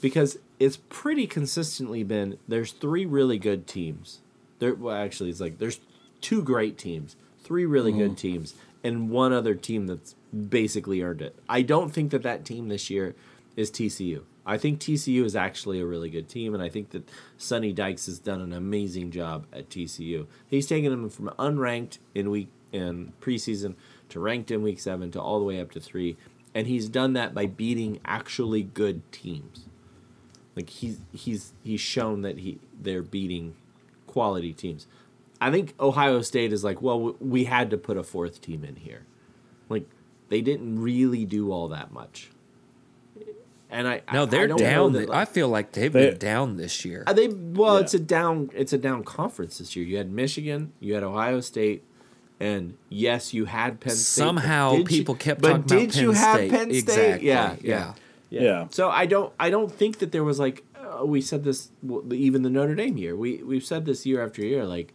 S1: because it's pretty consistently been there's three really good teams. There well actually it's like there's two great teams, three really good teams and one other team that's basically earned it. I don't think that that team this year is TCU. I think TCU is actually a really good team, and I think that Sonny Dykes has done an amazing job at TCU. He's taken them from unranked in week in preseason to ranked in week seven to all the way up to three, and he's done that by beating actually good teams. Like he's he's he's shown that he they're beating quality teams. I think Ohio State is like, well, w- we had to put a fourth team in here. Like they didn't really do all that much. And I I-
S2: No,
S1: I
S2: they're
S1: don't know
S2: down.
S1: that,
S2: thi-
S1: like-
S2: I feel like they've
S3: They-
S2: been down this year.
S1: are Uh, they well,
S3: Yeah.
S1: it's a down it's a down conference this year. You had Michigan, you had Ohio State, and yes, you had Penn State. but
S2: Somehow
S1: did you-
S2: people kept
S1: but
S2: talking about
S1: did
S2: Penn
S1: you have
S2: State.
S1: Penn State?
S2: Exactly.
S1: Yeah, yeah.
S2: yeah.
S3: Yeah.
S1: So I don't I don't think that there was like uh, we said this well, even the Notre Dame year. We we've said this year after year like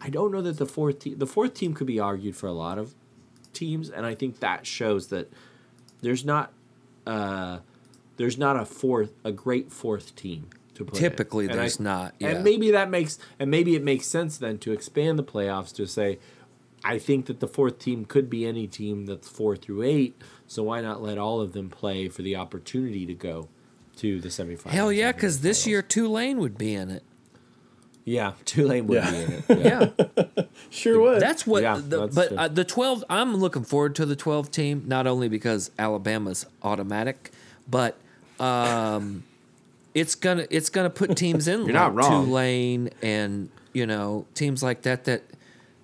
S1: I don't know that the fourth te- the fourth team could be argued for a lot of teams and I think that shows that there's not uh there's not a fourth a great fourth team to put in.
S2: Typically,
S1: And I-
S2: there's not, yeah.
S1: And maybe that makes and maybe it makes sense then to expand the playoffs to say I think that the fourth team could be any team that's four through eight. So why not let all of them play for the opportunity to go to the semifinals?
S2: Hell yeah,
S1: and the
S2: because this
S1: finals?
S2: year Tulane would be in it.
S1: yeah, Tulane would
S3: Yeah.
S1: be in it. Yeah.
S2: Yeah.
S3: sure would.
S2: That's what.
S1: Yeah,
S2: the,
S1: that's
S2: but
S1: true.
S2: uh, the twelve, I'm looking forward to the twelve team, not only because Alabama's automatic, but um, it's gonna it's gonna put teams in like
S1: not wrong.
S2: Tulane and you know teams like that that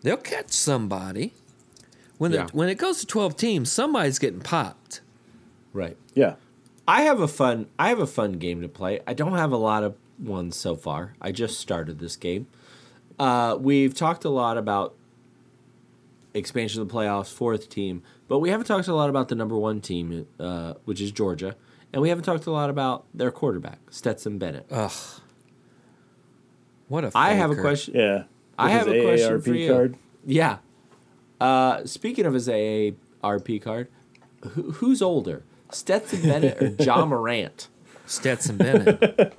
S2: they'll catch somebody when
S1: Yeah.
S2: the, when it goes to twelve teams, somebody's getting popped.
S1: Right.
S3: yeah.
S1: I have a fun I have a fun game to play. I don't have a lot of ones so far. I just started this game. Uh, we've talked a lot about expansion of the playoffs, fourth team, but we haven't talked a lot about the number one team, uh, which is Georgia, and we haven't talked a lot about their quarterback, Stetson Bennett.
S2: Ugh. What a
S1: I have a
S2: faker.
S1: question.
S3: Yeah.
S1: I
S3: With
S1: have
S3: his
S1: a question
S3: AARP
S1: for you.
S3: card.
S1: Yeah. Uh, speaking of his AARP card, who, who's older, Stetson Bennett or John Morant?
S2: Stetson Bennett.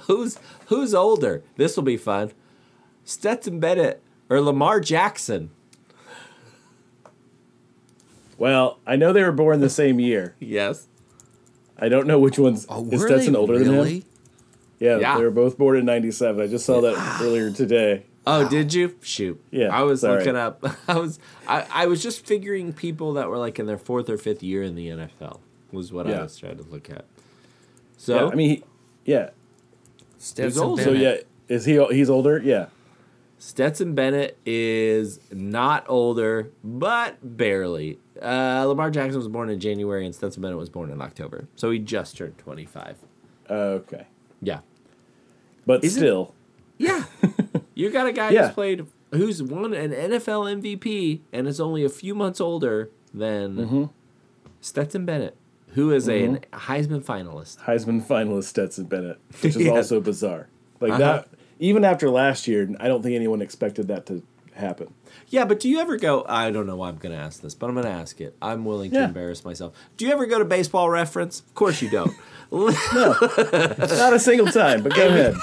S1: who's who's older? This will be fun. Stetson Bennett or Lamar Jackson?
S3: Well, I know they were born the same year.
S1: Yes.
S3: I don't know which one's
S2: Oh,
S3: is
S2: were
S3: Stetson
S2: they
S3: older than
S2: really?
S3: him. Yeah,
S1: Yeah. Ah.
S3: they were both born in '97. I just saw that earlier today.
S1: Oh, did you? Shoot.
S3: Yeah,
S1: I was
S3: sorry.
S1: looking up. I was I, I was just figuring people that were like in their fourth or fifth year in the NFL was what I
S3: Yeah.
S1: was trying to look at.
S3: Yeah,
S1: So
S3: I mean, he, yeah.
S2: Stetson
S1: old, so
S3: So
S2: Bennett.
S3: yeah, is he? He's older. Yeah.
S1: Stetson Bennett is not older, but barely. Uh, Lamar Jackson was born in January and Stetson Bennett was born in October. So he just turned 25.
S3: Uh, Okay.
S1: Yeah.
S3: But
S1: Isn't-
S3: still,
S1: Yeah. you got a guy
S3: Yeah.
S1: who's played, who's won an NFL MVP and is only a few months older than
S3: Mm-hmm.
S1: Stetson Bennett, who is a Heisman finalist.
S3: Heisman finalist Stetson Bennett, which is
S1: Yeah.
S3: also bizarre. Like
S1: Uh-huh.
S3: that. Even after last year, I don't think anyone expected that to happen.
S1: Yeah, but do you ever go? I don't know why I'm going to ask this, but I'm going to ask it. I'm willing to
S3: Yeah.
S1: embarrass myself. Do you ever go to baseball reference? Of course you don't.
S3: Not a single time. But go ahead.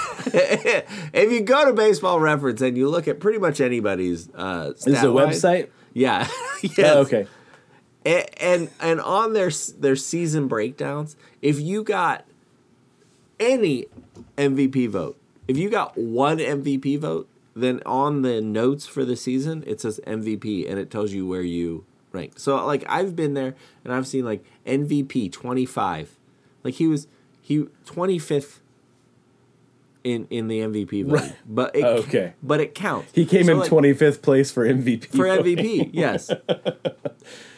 S1: if you go to baseball reference and you look at pretty much anybody's uh
S3: This is a
S1: stat line-
S3: website.
S1: yeah yes.
S3: Oh, okay.
S1: and, and and on their s- their season breakdowns if you got any mvp vote if you got one mvp vote then on the notes for the season it says mvp and it tells you where you ranked so like i've been there and i've seen like mvp 25 like he was he 25th in in the mvp vote
S3: Right. Oh,
S1: but it,
S3: Okay.
S1: but it counts
S3: He came
S1: So,
S3: in
S1: like,
S3: twenty fifth place for MVP.
S1: for MVP. Yes.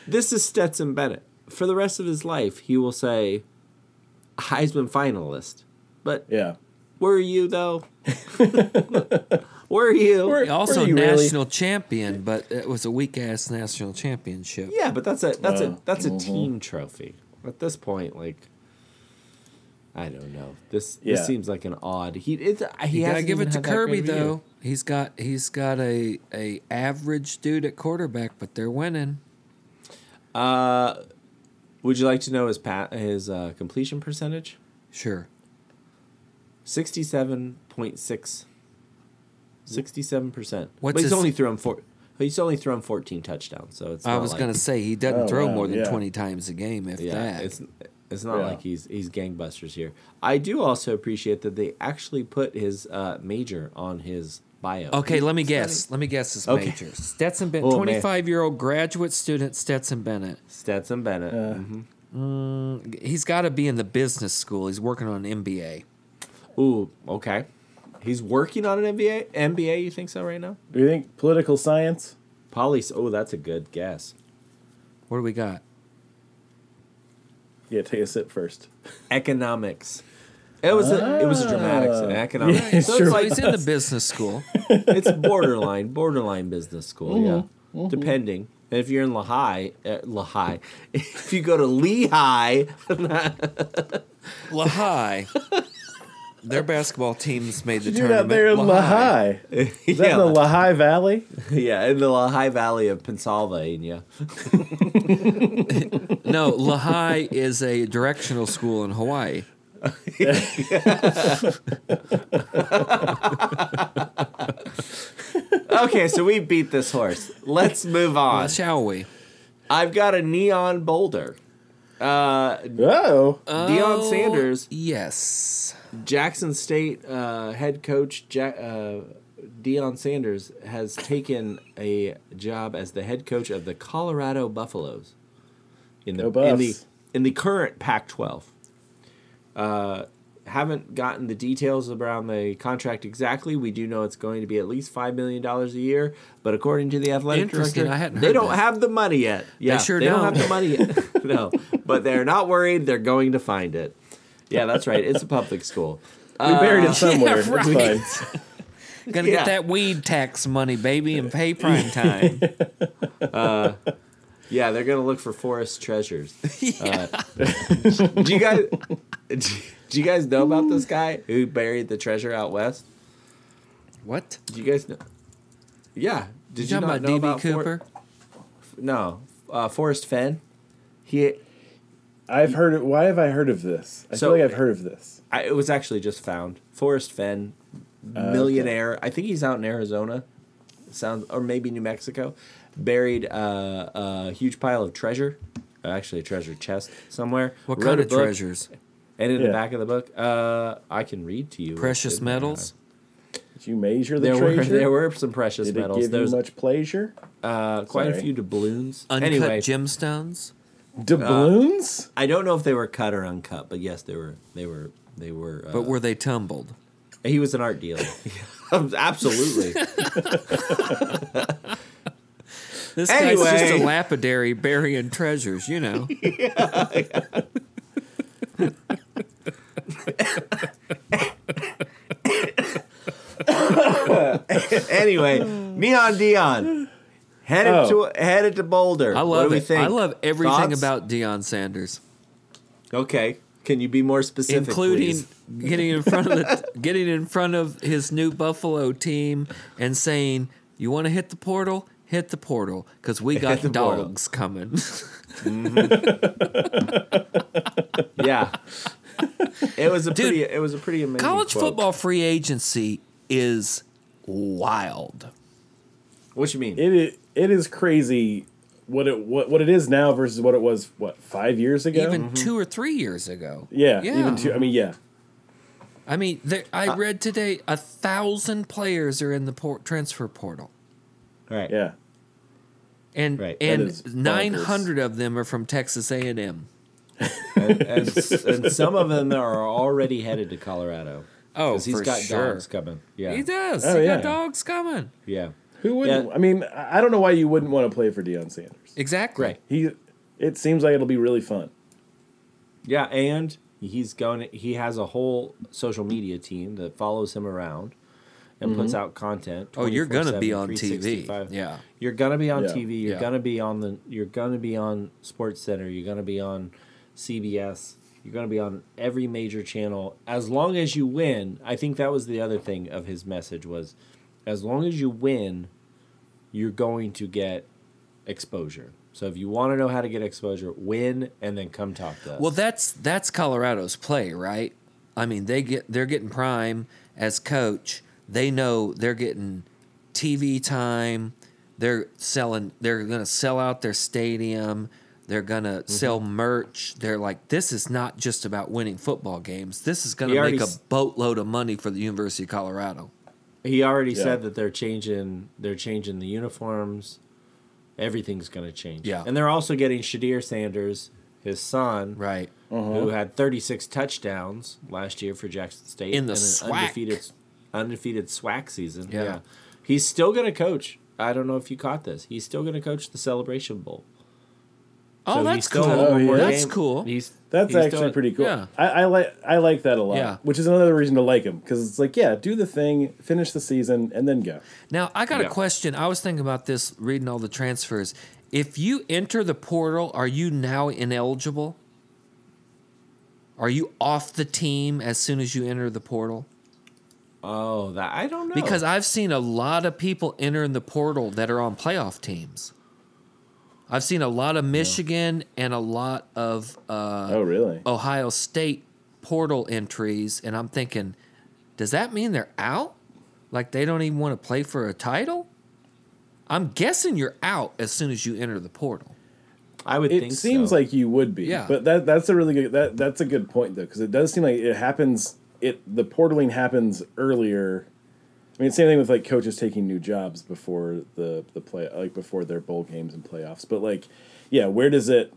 S1: this is Stetson Bennett. For the rest of his life, he will say Heisman finalist. But
S3: Yeah.
S1: were you though? were you?
S3: Were-
S2: also
S3: Were you really?
S2: national champion, but it was a weak ass national championship.
S1: yeah, but that's a that's a
S3: Wow.
S1: that's a team trophy. At this point, like I don't know. This
S3: Yeah.
S1: this seems like an odd. He it's he
S2: You
S1: has
S2: gotta give it to Kirby though. He's got he's got a a average dude at quarterback, but they're winning.
S1: Would you like to know his pat his uh, completion percentage?
S2: Sure.
S1: Sixty-seven point six. Sixty-seven percent.
S2: What's
S1: But he's
S2: his-
S1: only thrown four. He's only thrown fourteen touchdowns, so it's.
S2: I
S1: not
S2: was
S1: like-
S2: gonna say he doesn't
S3: Oh,
S2: throw
S3: wow,
S2: more than
S3: yeah.
S2: twenty times a game, if
S1: Yeah,
S2: that.
S1: it's it's not
S3: Yeah.
S1: like he's he's gangbusters here. I do also appreciate that they actually put his uh, major on his bio.
S2: okay, let me guess. Let me guess his
S1: Okay.
S2: major. Stetson
S1: Oh,
S2: Bennett,
S1: man.
S2: twenty five year old graduate student Stetson Bennett.
S1: Stetson Bennett.
S2: He's got to be in the business school. He's working on an MBA.
S1: Ooh, okay. He's working on an MBA. MBA, you think so right now?
S3: Do you think political science?
S1: Polly. Oh, that's a good guess.
S2: What do we got?
S3: Yeah. Take a sip first.
S1: Economics. It was a, it was a dramatics and economics.
S3: Yeah, it
S1: so it's
S3: sure
S2: So
S1: like
S2: he's in the business school.
S1: it's borderline, borderline business school.
S3: Mm-hmm,
S1: Yeah, depending. And if you're in Lehigh, uh, Lehigh, if you go to Lehigh,
S2: Lehigh. Their basketball teams made the
S3: You're out
S2: tournament.
S3: there in Lehigh. Is that
S1: yeah,
S3: in the Lehigh Valley?
S1: yeah, in the Lehigh Valley of Pennsylvania.
S2: No, Lehigh is a directional school in Hawaii.
S1: Okay, so we beat this horse. Let's move on.
S2: Shall we?
S1: I've got a neon boulder. Uh,
S3: Oh.
S1: Deion Sanders,
S2: Yes.
S1: Jackson State uh, head coach ja- uh, Deion Sanders has taken a job as the head coach of the Colorado Buffaloes in the
S3: Go Buffs.
S1: in the in the current Pac-12. Uh, haven't gotten the details around the contract exactly. We do know it's going to be at least five million dollars a year, but according to the athletic
S2: Interesting,
S1: director,
S2: I hadn't
S1: they
S2: heard
S1: don't
S2: that.
S1: have the money yet. Yeah,
S2: sure
S1: they don't
S2: don't.
S1: have the money yet. no, but they're not worried. They're going to find it. Yeah, that's right. It's a public school.
S3: We buried it somewhere.
S2: yeah, right.
S3: It's fine.
S2: Gonna
S1: Yeah.
S2: get that weed tax money, baby, and pay prime time.
S1: Yeah, they're gonna look for forest treasures. Uh, do you guys? Do, do you guys know about this guy who buried the treasure out west?
S2: what?
S1: Do you guys know? Yeah. Did you,
S2: You talking
S1: not
S2: about
S1: know
S2: DB
S1: about For-
S2: Cooper?
S1: no, uh, Forrest Fenn. He
S3: I've heard it. Why have I heard of this? I
S1: So-
S3: feel like I've heard of this.
S1: I, it was actually just found. Forrest Fenn, millionaire. I think he's out in Arizona, sounds or maybe New Mexico. Buried uh, a huge pile of treasure, uh, actually a treasure chest somewhere.
S2: What
S1: Wrote
S2: kind
S1: a
S2: of
S1: book,
S2: treasures?
S1: And in the
S3: Yeah.
S1: back of the book, uh, I can read to you.
S2: Precious
S1: It's in there.
S2: metals?
S3: Did you measure the
S1: There were
S3: treasure?
S1: there were some precious
S3: Did it
S1: metals.
S3: give you
S1: There's
S3: much pleasure?
S1: uh, quite a
S3: Sorry.
S1: few doubloons.
S2: Uncut
S1: anyway,
S2: gemstones?
S3: Doubloons?
S1: I don't know if they were cut or uncut, but yes, they were. They were. They were. Uh,
S2: But were they tumbled?
S1: He was an art dealer. Absolutely.
S2: This guy's just
S1: Anyway.
S2: a lapidary burying treasures, you know.
S1: anyway, Neon Dion headed
S3: Oh.
S1: to headed to Boulder.
S2: I
S1: what
S2: love
S1: do we
S2: it.
S1: Think?
S2: I love everything
S1: Thoughts?
S2: about Deion Sanders,
S1: Okay, can you be more specific?
S2: including
S1: please?
S2: getting in front of the, getting in front of his new Buffalo team and saying, "You want to hit the portal? Hit the portal because we got
S1: the portal.
S2: dogs coming."
S1: yeah, it was a pretty it was a pretty amazing
S2: College
S1: quote.
S2: football free agency is wild.
S1: What you mean?
S3: It is, it is crazy what it what, what it is now versus what it was what five years ago.
S2: Even
S1: Mm-hmm.
S2: two or three years ago.
S3: yeah,
S2: yeah.
S3: even two. I mean, yeah,
S2: I mean, there, I read today a thousand players are in the por- transfer portal.
S1: All right.
S3: yeah.
S2: and
S1: Right. That
S3: is bonkers.
S2: and 900 of them are from Texas A&M.
S1: And, and, s- and some of them are already headed to Colorado.
S2: Oh,
S1: 'Cause he's
S2: for
S1: got
S2: sure.
S1: dogs coming. Yeah,
S2: He does.
S3: Oh,
S2: he
S3: yeah.
S2: got dogs coming.
S1: yeah,
S3: Who wouldn't?
S1: Yeah.
S3: I mean, I I don't know why you wouldn't want to play for Deion Sanders.
S2: Exactly.
S1: right.
S3: He, it seems like it'll be really fun.
S1: Yeah, and he's going. He has a whole social media team that follows him around and puts out content.
S2: Oh, you're gonna be on
S1: 24/7,
S2: TV.
S1: 365.
S2: Yeah.
S1: you're gonna be on
S3: Yeah.
S1: TV. You're
S2: Yeah.
S1: gonna be on the. You're gonna be on Sports Center. You're gonna be on CBS. You're gonna be on every major channel as long as you win. I think that was the other thing of his message was, as long as you win, you're going to get exposure. So if you want to know how to get exposure, win and then come talk to us.
S2: Well, that's that's Colorado's play, right? I mean, they get they're getting prime as coach. They know they're getting TV time. They're selling. They're gonna sell out their stadium. They're gonna
S1: Mm-hmm.
S2: sell merch. They're like, this is not just about winning football games. This is gonna
S1: He already
S2: make a
S1: s-
S2: boatload of money for the University of Colorado.
S1: He already
S3: Yeah.
S1: said that they're changing they're changing the uniforms. Everything's going to change.
S2: Yeah.
S1: And they're also getting Shadir Sanders, his son,
S2: Right. Uh-huh.
S1: who had 36 touchdowns last year for Jackson State
S2: In the
S1: and an
S2: SWAC.
S1: undefeated undefeated SWAC season.
S2: Yeah.
S1: He's still going to coach. I don't know if you caught this. He's still going to coach the Celebration Bowl.
S2: Oh,
S1: So he
S2: that's
S1: still
S2: cool.
S1: has one more
S2: That's
S1: game.
S2: cool.
S1: He's
S3: That's
S1: he's
S3: actually
S1: doing-
S3: pretty cool.
S2: yeah.
S3: I, I like I like that a lot,
S2: Yeah.
S3: which is another reason to like him because it's like, yeah, do the thing, finish the season, and then go.
S2: Now, I got
S1: Yeah.
S2: a question. I was thinking about this reading all the transfers. If you enter the portal, are you now ineligible? Are you off the team as soon as you enter the portal?
S1: Oh, that I don't know.
S2: Because I've seen a lot of people entering the portal that are on playoff teams. I've seen a lot of Michigan and a lot of uh,
S3: Oh, really?
S2: Ohio State portal entries, and I'm thinking, does that mean they're out? Like they don't even want to play for a title? I'm guessing you're out as soon as you enter the portal.
S1: I would
S3: it
S1: think
S3: seems
S1: so.
S3: like you would be.
S2: Yeah.
S3: But that that's a really good that that's a good point though because it does seem like it happens. It the portaling happens earlier. I mean, same thing with like coaches taking new jobs before the the play like before their bowl games and playoffs. But like, yeah, where does it?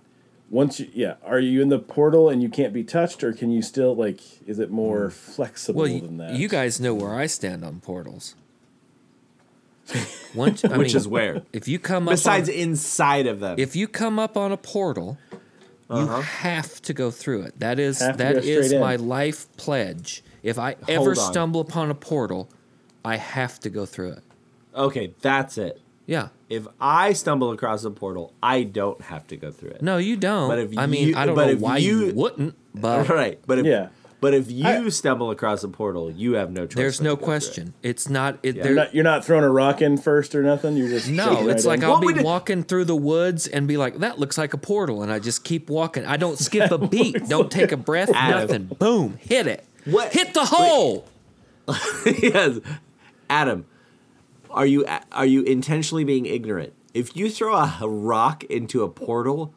S3: Once you yeah, are you in the portal and you can't be touched, or can you still like? Is it more flexible
S2: Hmm. Well,
S3: than
S2: you,
S3: that?
S2: you guys know where I stand on portals. Once, I
S1: which
S2: mean,
S1: is where
S2: if you come up
S1: besides
S2: on,
S1: inside of them.
S2: if you come up on a portal, you have to go through it. That is
S3: Uh-huh. Have to
S2: that
S3: go
S2: is
S3: straight in.
S2: my life pledge. If I ever
S1: Hold on.
S2: stumble upon a portal, I have to go through it.
S1: okay, that's it.
S2: Yeah.
S1: if I stumble across a portal, I don't have to go through it.
S2: No, you don't.
S1: But if
S2: I mean,
S1: you-
S2: I don't
S1: but
S2: know
S1: if
S2: why you,
S1: you-
S2: wouldn't, but
S1: Right. But if
S3: Yeah.
S1: But if you
S3: I-
S1: stumble across a portal, you have no choice.
S2: There's
S1: but
S2: no
S1: to go through it.
S2: question. It's not. It,
S3: You're
S2: there,
S3: not, you're not throwing a rock in first or nothing. You're just
S2: No,
S3: shaking
S2: it's
S3: right
S2: like
S3: in.
S2: I'll
S1: What
S2: be
S1: would it-
S2: walking through the woods and be like, that looks like a portal. And I just keep walking. I don't skip a beat, don't take a breath,
S1: Adam.
S2: nothing. Boom, hit it.
S1: What-
S2: Hit the hole.
S1: yes, Adam, are you are you intentionally being ignorant? If you throw a rock into a portal,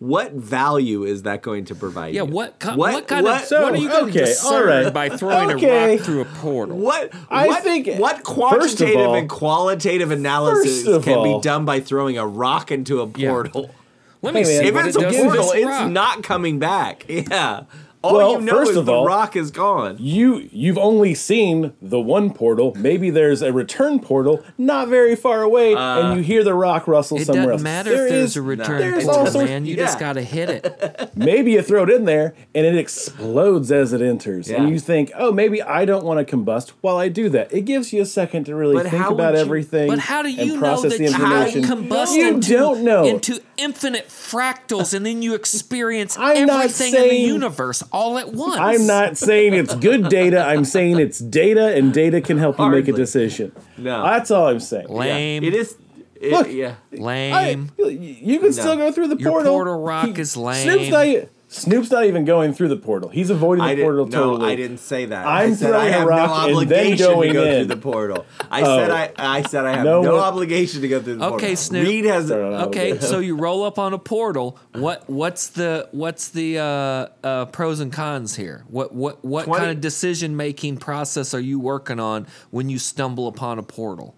S1: what value is that going to provide?
S2: Yeah,
S1: you?
S2: what, ki- what, kind of.
S3: So,
S2: what are you going
S3: okay,
S2: to discern
S3: all right.
S2: by throwing a
S3: Okay.
S2: rock through a portal?
S1: What
S3: I
S1: what,
S3: think-
S1: what
S3: first of
S1: quantitative
S3: all-
S1: and qualitative analysis
S3: First of
S1: can
S3: all-
S1: be done by throwing a rock into a portal?
S2: Let me
S3: Hey, man,
S2: see.
S1: If
S2: what
S1: it's
S2: it
S1: a
S2: does to
S1: portal,
S2: this
S1: it's
S2: rock.
S1: not coming back. Yeah. All
S3: Well,
S1: you know
S3: first
S1: is
S3: of
S1: the
S3: all-
S1: rock is gone.
S3: you you've only seen the one portal. Maybe there's a return portal not very far away, and you
S1: Uh,
S3: hear the rock rustle
S2: It
S3: somewhere
S2: doesn't
S3: else.
S2: matter
S3: There
S2: if there's
S3: is-
S2: a return
S3: there's
S2: portal,
S3: all sorts-
S2: man. You
S1: yeah.
S2: just got to hit it.
S3: Maybe you throw it in there and it explodes as it enters,
S1: Yeah.
S3: and you think, "Oh, maybe I don't want to combust." While I do that, it gives you a second to really
S1: But
S3: think
S1: how would
S3: about
S1: you-
S3: everything.
S2: But how do you
S3: and
S2: know
S3: process
S2: that
S3: the
S2: you
S3: information.
S2: combust
S3: You
S2: into,
S3: don't know.
S2: into infinite fractals and then you experience
S3: I'm not
S2: everything in
S3: saying-
S2: the universe all at once?
S3: I'm not saying it's good data. I'm saying it's data, and data can help you make a
S1: Hardly.
S3: decision.
S1: No.
S3: That's all I'm saying.
S2: Lame.
S1: It is. It,
S3: Look.
S1: yeah.
S3: I-
S2: Lame.
S3: you can still go through the
S2: Your
S3: portal.
S2: portal rock is
S3: Snoop's
S2: lame.
S3: not, e- Snoop's not even going through the portal. He's avoiding the
S1: I
S3: portal
S1: didn't.
S3: totally.
S1: No, I didn't say that.
S3: I'm
S1: I said I
S3: throwing a
S1: have no
S3: rock and then
S1: obligation
S3: going
S1: to go
S3: in. Oh.
S1: through the portal. I said I. I said I have
S3: No
S1: no,
S3: one-
S1: obligation to go through the
S2: Okay,
S1: portal.
S2: Snoop.
S1: Reed has.
S3: Sorry, no, no.
S2: Okay, so you roll up on a portal. What what's the what's the uh, uh, pros and cons here? What what what
S1: 20
S2: kind of decision making process are you working on when you stumble upon a portal?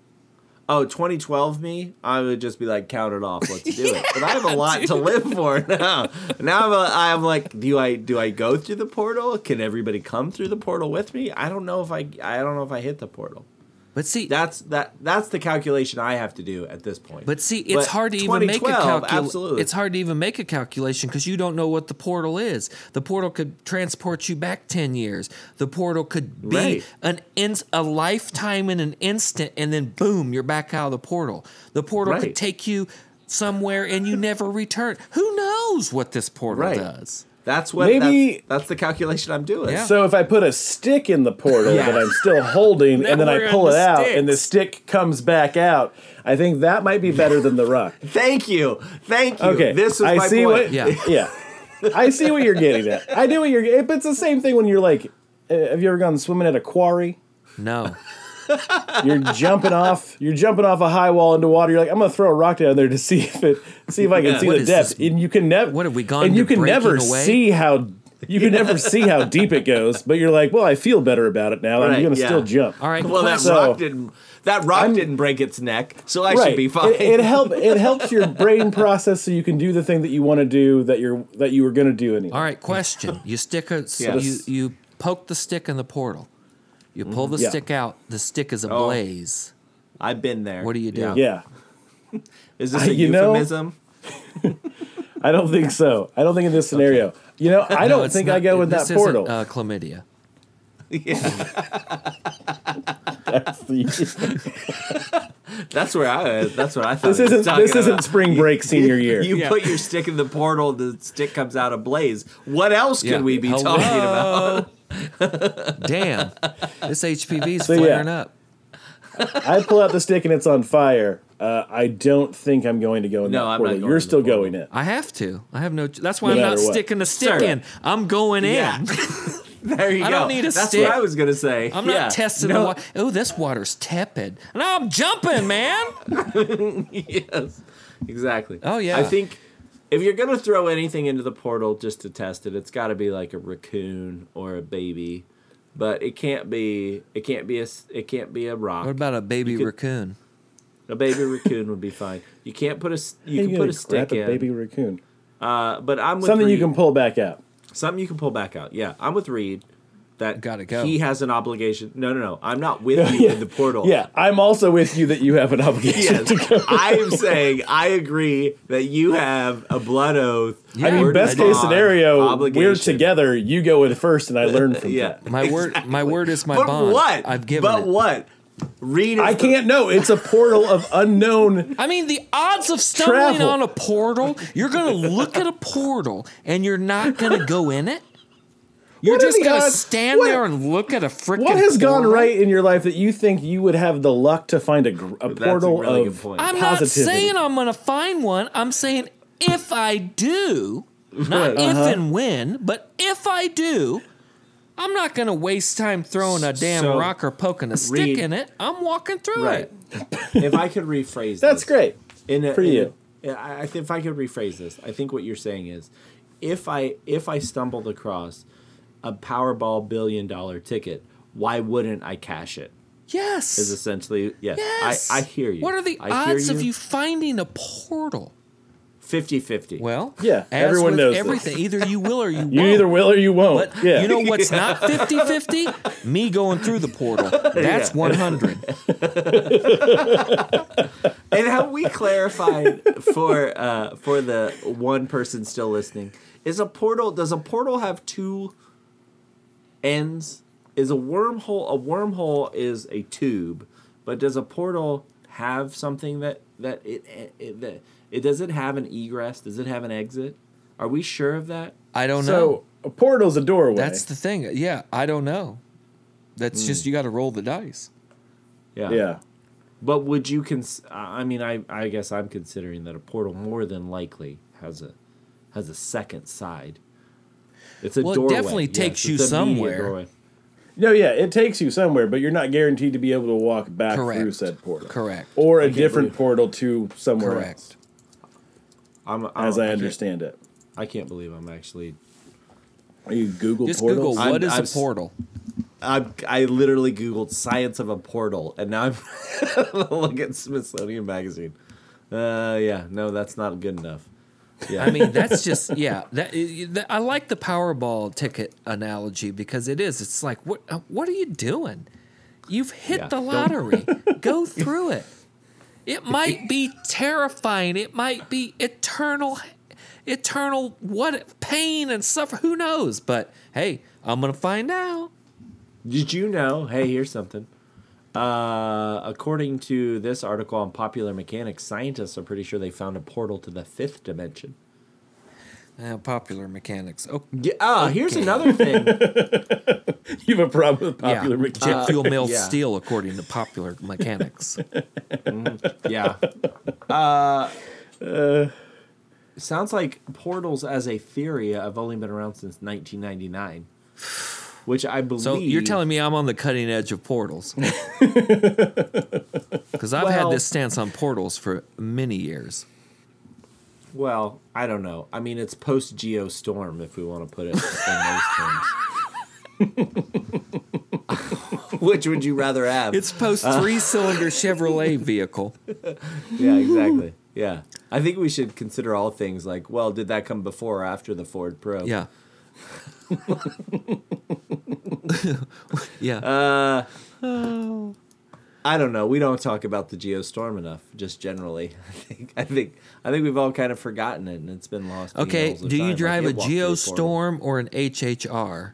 S1: Oh, 2012 me, I would just be like, count it off, let's do it. But I have a lot to live for now. Now I'm, a, I'm like, do I do I go through the portal? Can everybody come through the portal with me? I don't know if I I don't know if I hit the portal.
S2: But see,
S1: That's that that's the calculation I have to do at this point.
S2: But see, it's
S1: But
S2: hard to even make a
S1: 2012,
S2: calculation.
S1: absolutely.
S2: It's hard to even make a calculation because you don't know what the portal is. The portal could transport you back ten years. The portal could be
S1: Right.
S2: an in- a lifetime in an instant, and then boom, you're back out of the portal. The portal
S1: Right.
S2: could take you somewhere and you never return. Who knows what this portal
S1: Right.
S2: does?
S1: that's what
S3: Maybe-
S1: that's, that's the calculation I'm doing.
S2: Yeah.
S3: So if I put a stick in the portal
S1: Yeah.
S3: that I'm still holding,
S2: Now
S3: and then
S2: we're
S3: I pull
S2: on
S3: it
S2: the
S3: out,
S2: sticks.
S3: and the stick comes back out, I think that might be better than the rock.
S1: Thank you. Thank you.
S3: Okay,
S1: This is
S3: I
S1: my
S3: see
S1: point.
S3: what.
S2: Yeah.
S3: Yeah, yeah. I see what you're getting at. I do what you're. If it's the same thing when you're like, uh, have you ever gone swimming at a quarry?
S2: No.
S3: You're jumping off. You're jumping off a high wall into water. You're like, I'm gonna throw a rock down there to see if it, see if I can
S1: Yeah.
S3: see
S2: What
S3: the
S2: is
S3: depth.
S2: this?
S3: And you can never.
S2: What have we gone
S3: And you
S2: to
S3: can never
S2: breaking away?
S3: see how. You can never see how deep it goes. But you're like, well, I feel better about it now. I'm
S1: Right,
S3: gonna
S1: yeah.
S3: still jump.
S2: All right.
S1: Well, that
S2: question-
S3: So-
S1: rock didn't. That rock didn't break its neck, so I should be fine.
S3: It, it help it helps your brain process so you can do the thing that you want to do that you're that you were gonna do anyway.
S2: All right, question. You stick a s-
S1: Yes.
S2: you you poke the stick in the portal. You pull the
S3: Yeah.
S2: stick out. The stick is
S1: Oh.
S2: ablaze.
S1: I've been there.
S2: What do you do?
S3: Yeah.
S1: Is this a
S3: you know-
S1: euphemism?
S3: I don't think so. I don't think in this scenario. You know, I
S2: No,
S3: don't
S2: it's
S3: think
S2: not-
S3: I go with
S2: this
S3: that portal.
S2: Isn't, uh, chlamydia.
S3: That's the-
S1: That's where I. That's what I thought.
S3: this
S1: he was
S3: isn't
S1: talking
S3: this isn't
S1: about.
S3: spring break senior year.
S1: You
S2: Yeah.
S1: put your stick in the portal, the stick comes out ablaze. What else
S2: Yeah.
S1: can we be
S2: Hello?
S1: talking about?
S2: Damn, this HPV's
S3: yeah.
S2: flaring up.
S3: I pull out the stick and it's on fire. Uh, I don't think I'm going to go in
S1: No,
S3: that
S1: I'm not
S3: portal.
S1: going
S3: You're
S1: in the
S3: still
S1: portal.
S3: going in.
S2: I have to. I have no. That's why
S3: No
S2: I'm not
S3: matter what.
S2: sticking the stick
S1: Sir.
S2: in. I'm going in.
S1: Yeah. there you
S2: I
S1: go.
S2: don't need a
S1: That's
S2: stick.
S1: what I was gonna say.
S2: I'm
S1: Yeah.
S2: not testing
S1: No,
S2: the water. Oh, this water's tepid. No, I'm jumping, man.
S1: yes, exactly.
S2: Oh, yeah.
S1: I think if you're gonna throw anything into the portal just to test it, it's got to be like a raccoon or a baby, but it can't be. It can't be a. s- It can't be a rock.
S2: what about a baby
S1: could-
S2: raccoon?
S1: a baby raccoon would be fine. You can't put a. s- You
S3: You're
S1: can
S3: gonna
S1: put a
S3: grab
S1: stick
S3: a
S1: in.
S3: baby raccoon.
S1: Uh, but I'm with
S3: Something you
S1: Reed.
S3: can pull back out.
S1: Something you can pull back out. Yeah, I'm with Reed. That
S2: Gotta go.
S1: He has an obligation. No, no, no. I'm not with you in the portal.
S3: Yeah, I'm also with you that you have an obligation
S1: Yes,
S3: to go.
S1: I am saying I agree that you have a blood oath.
S2: Yeah. I mean,
S1: word
S3: Best
S1: of
S3: case
S1: bond,
S3: scenario,
S1: obligation.
S3: we're together. You go in first, and I learn from
S1: Yeah,
S3: that.
S2: My word. My word is my
S1: but
S2: bond.
S1: what?
S2: I've given
S1: But
S2: it.
S1: what? Reed. Is
S3: I
S1: the-
S3: can't know. It's a portal of unknown.
S2: I mean, the odds of stumbling
S3: Travel.
S2: on a portal, you're going to look at a portal and you're not going to go in it. You're
S3: What are
S2: just
S3: the
S2: gonna
S3: odds-
S2: stand
S3: what-
S2: there and look at a freaking.
S3: What has gone
S2: portal?
S3: right in your life that you think you would have the luck to find a, gr- a
S1: That's a
S3: portal
S1: really
S3: of
S1: good point.
S2: I'm not
S3: positivity?
S2: saying I'm gonna find one. I'm saying if I do, not if and when, but if I do, I'm not gonna waste time throwing a damn
S1: So,
S2: rock or poking a stick
S1: read-
S2: in it. I'm walking through
S1: Right.
S2: it.
S1: if I could rephrase
S3: That's
S1: this.
S3: great.
S1: in a,
S3: For
S1: in a-
S3: you.
S1: yeah, I, I think if I could rephrase this, I think what you're saying is, if I if I stumbled across a Powerball billion dollar ticket, why wouldn't I cash it?
S2: Yes.
S1: Is essentially yeah.
S2: yes.
S1: I, I hear you.
S2: What are the
S1: I hear
S2: odds of you finding a portal?
S1: 50-50.
S2: Well,
S3: Yeah,
S2: as
S3: everyone
S2: with
S3: knows this.
S2: everything. Either you will or you won't.
S3: You either will or you won't.
S2: But
S3: yeah.
S2: you know what's not 50 50? Me going through the portal. That's 100.
S1: and how we clarified for uh, for the one person still listening is a portal. Does a portal have two ends? Is a wormhole a wormhole is a tube, but does a portal have something that that it, it that it does it have an egress? Does it have an exit? Are we sure of that?
S2: I don't know.
S3: so a portal's a doorway.
S2: That's the thing. Yeah, I don't know. That's just,
S3: Hmm.
S2: you got to roll the dice.
S3: yeah.
S1: But would you cons? I I mean, I I guess I'm considering that a portal more than likely has a has a second side. It's a
S2: Well, it
S1: doorway.
S2: definitely takes you
S1: it's a media
S2: somewhere.
S1: doorway.
S3: No, yeah, it takes you somewhere, but you're not guaranteed to be able to walk back
S2: Correct.
S3: through said portal.
S2: Correct.
S3: Or a different portal to somewhere else,
S2: Correct.
S1: I'm, I'm,
S3: as I,
S1: Oh, can't-
S3: understand it.
S1: I can't, believe I'm actually.
S3: Are you Google
S2: Just
S3: portals?
S2: Google what
S1: I'm-
S2: is
S1: I've s-
S2: a portal?
S1: I I literally googled science of a portal, and now I'm look at Smithsonian Magazine. Uh, yeah, no, that's not good enough. Yeah,
S2: I mean, that's just yeah. That, that- I like the Powerball ticket analogy because it is. It's like what uh, what are you doing? You've hit
S1: Yeah,
S2: the
S1: don't-
S2: lottery. Go through it. It might be terrifying. It might be eternal, eternal what pain and suffer. Who knows? But hey, I'm gonna find out.
S1: Did you know? Hey, here's something. Uh, according to this article on Popular Mechanics, scientists are pretty sure they found a portal to the fifth dimension.
S2: Uh, popular mechanics. Oh,
S1: Yeah, ah, here's
S2: Okay.
S1: another thing.
S3: you have a problem with
S2: yeah. Uh,
S3: popular mechanics.
S2: Jet fuel mill
S1: yeah.
S2: steel, according to popular mechanics.
S1: yeah. Uh, sounds like portals as a theory have only been around since 1999, which I believe.
S2: So you're telling me I'm on the cutting edge of portals? Because I've
S1: Well-
S2: had this stance on portals for many years.
S1: Well, I don't know. I mean, it's post Geo Storm, if we want to put it in those terms. Which would you rather have?
S2: It's post three cylinder Chevrolet vehicle.
S1: yeah, exactly. Yeah, I think we should consider all things like, well, did that come before or after the Ford Pro?
S2: Yeah. yeah.
S1: Uh, I don't know. We don't talk about the Geostorm enough, just generally. I think I think I think we've all kind of forgotten it, and it's been lost. in the
S2: okay.
S1: annals of
S2: Do
S1: time,
S2: you
S1: like
S2: drive
S1: it
S2: a
S1: walked through the portal.
S2: Geostorm or an HHR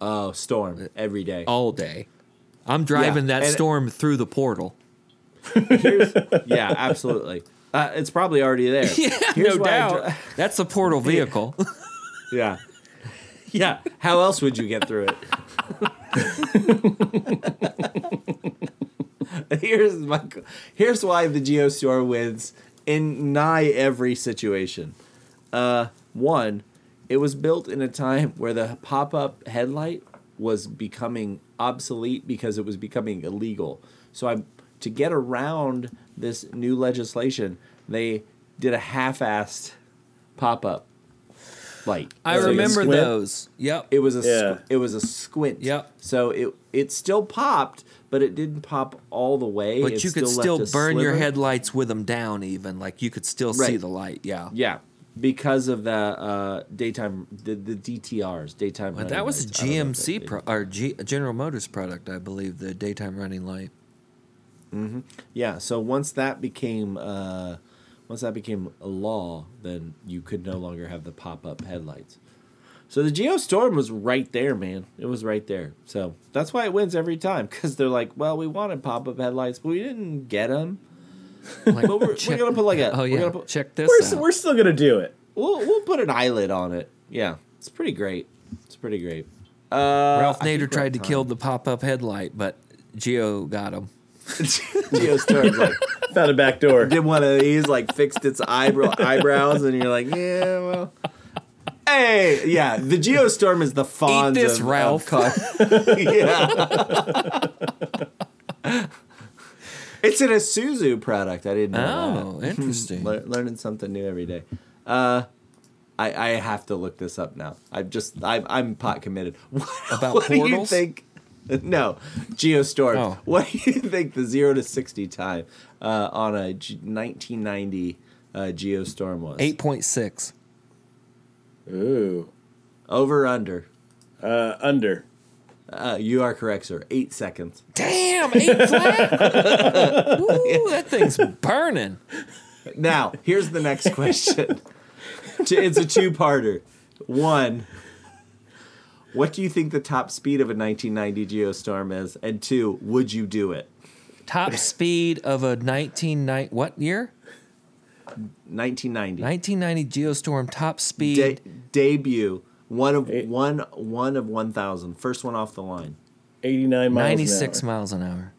S1: Oh,
S2: Uh,
S1: storm every day.
S2: all day? I'm driving that
S1: and-
S2: storm through the portal.
S1: Here's- yeah, absolutely. Uh, it's probably already there. Here's why I dri-
S2: That's a portal vehicle.
S1: Yeah. Yeah. How else would you get through it? here's my here's why the Geostore wins in nigh every situation. Uh, one, it was built in a time where the pop-up headlight was becoming obsolete because it was becoming illegal. So I to get around this new legislation, they did a half-assed pop-up light.
S2: I
S1: So you
S2: remember
S3: squint?
S2: those. Yep.
S1: it was a
S3: Yeah.
S1: squ- it was a squint.
S2: Yep.
S1: So it it still popped, but it didn't pop all the way.
S2: But
S1: It
S2: you could
S1: left
S2: still burn
S1: a
S2: your
S1: sliver.
S2: headlights with them down, even like you could still see
S1: Right.
S2: the light. Yeah,
S1: Yeah, because of the uh, daytime the, the DTRs daytime.
S2: But
S1: running
S2: that was a
S1: lights. I don't know if they
S2: GMC
S1: did.
S2: pro- or G- General Motors product, I believe. The daytime running light.
S1: Yeah. So once that became uh, once that became a law, then you could no longer have the pop up headlights. So the Geostorm was right there, man. It was right there. So that's why it wins every time because they're like, well, we wanted pop up headlights, but we didn't get them.
S2: Like,
S1: But we're, we're
S2: check-
S1: gonna put like a
S2: oh
S1: we're
S2: yeah,
S1: gonna put,
S2: check this
S3: We're,
S2: out.
S3: s- we're still going to do it.
S1: we'll we'll put an eyelid on it. Yeah, it's pretty great.
S4: It's pretty great.
S1: uh,
S2: Ralph Nader tried to kill the pop up headlight, but Geo got him.
S1: Geostorm's like
S3: Found a back door.
S1: did one of these, like fixed its eyebrow eyebrows, and you're like, yeah, well. Hey, yeah, the Geostorm is the
S2: Eat
S1: fawns
S2: this,
S1: of,
S2: Ralph.
S1: of- yeah. it's an Isuzu product. I didn't know.
S2: oh,
S1: that.
S2: interesting.
S1: Lear- learning something new every day. Uh, I, I have to look this up now. I've just I'm, I'm pot committed. What,
S2: About
S1: what do you
S2: portals?
S1: think? No, Geostorm.
S2: Oh.
S1: What do you think the zero to sixty time uh, on a G- 1990 uh, Geostorm was?
S2: 8.6.
S3: Ooh.
S1: over under.
S3: Uh, under.
S1: Uh, you are correct, sir. Eight seconds.
S2: Damn, eight flat. Woo, that thing's burning.
S1: Now here's the next question. T- it's a two-parter. One. What do you think the top speed of a 1990 Geostorm is? And two, would you do it?
S2: Top speed of a 1990 what year?
S1: 1990
S2: 1990 Geostorm top speed.
S1: De- debut. One of
S3: Eight.
S1: one one of 1,000. First one off the line.
S3: 89 miles.
S2: 96
S3: an
S2: miles an hour.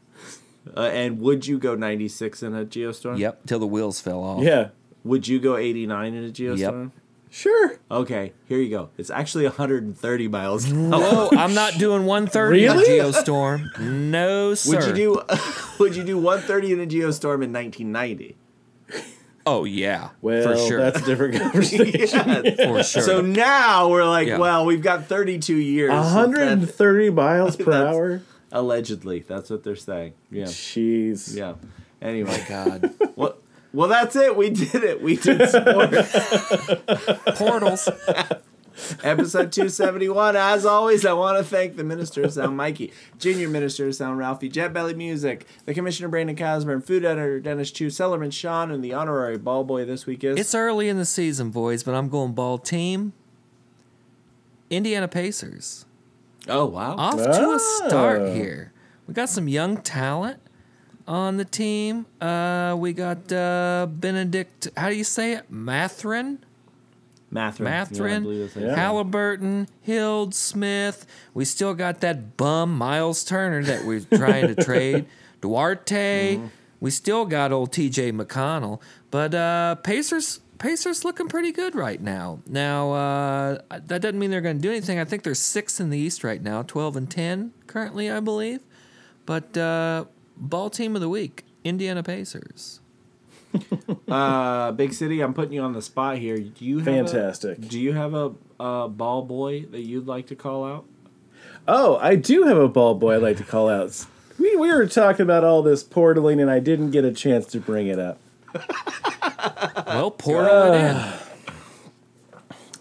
S1: Uh, and would you go 96 in a Geostorm?
S2: Yep, till the wheels fell off.
S3: hour. Yeah.
S1: Would you go 89 in a Geostorm?
S3: Sure.
S1: Okay, here you go. It's actually 130 miles. an hour.
S2: Whoa, I'm not doing 130 in a
S3: Really?
S2: Geostorm. No, sir.
S1: Would you do Would you do 130 in a Geostorm in 1990?
S2: Oh, yeah.
S3: Well,
S2: for sure.
S3: that's a different conversation.
S1: Yes.
S2: for sure.
S1: So now we're like,
S2: Yeah.
S1: well, we've got 32 years. since that-
S3: 130 miles per
S1: That's-
S3: hour?
S1: allegedly, that's what they're saying. Yeah,
S3: Jeez.
S1: yeah. Anyway,
S2: God.
S1: well, well, that's it. We did it. We did sports.
S2: Portals.
S1: Episode 271. As always, I want to thank the Minister of Sound Mikey, Junior Minister of Sound Ralphie, Jet Belly Music, the Commissioner Brandon Cosburn, Food Editor Dennis Chu, Sellerman Sean, and the Honorary Ball Boy this week is.
S2: It's early in the season, boys, but I'm going ball team. Indiana Pacers.
S1: oh, wow.
S2: Off to a
S3: Ah.
S2: start here. We got some young talent on the team. Uh, we got uh, Benedict, how do you say it? Mathrin?
S1: Mathrin. Yeah, I believe
S2: Mathrin,
S1: that's it.
S2: Halliburton, Hild, Smith. We still got that bum Miles Turner that we're trying to trade. Duarte. We still got old T.J. McConnell. But uh, Pacers, Pacers looking pretty good right now. Now uh, that doesn't mean they're going to do anything. I think they're six in the East right now, twelve and ten currently, I believe. But uh, ball team of the week, Indiana Pacers.
S1: Uh, Big City, I'm putting you on the spot here. Do you have a-
S3: Fantastic.
S1: do you have a, uh ball boy that you'd like to call out?
S3: Oh, I do have a ball boy I'd like to call out. We, we were talking about all this portaling, and I didn't get a chance to bring it up.
S2: Well, portal it in.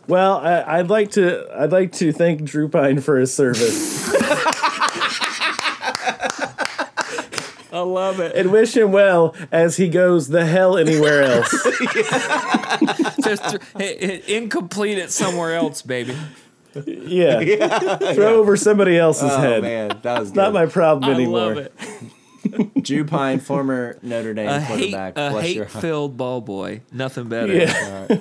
S3: Well, I, I'd like to I'd like to thank Drew Pine for his service
S1: I love it.
S3: and wish him well as he goes the hell anywhere else.
S2: Just th- hey, hey, incomplete it somewhere else, baby.
S3: Yeah, throw over somebody else's
S1: Oh
S3: head.
S1: man, that was
S3: Not my problem
S2: I
S3: anymore.
S2: love it.
S1: Drew Pine, former Notre Dame
S2: A hate,
S1: quarterback.
S2: a
S1: bless your
S2: hate
S1: heart.
S2: filled ball boy. Nothing better.
S3: Yeah,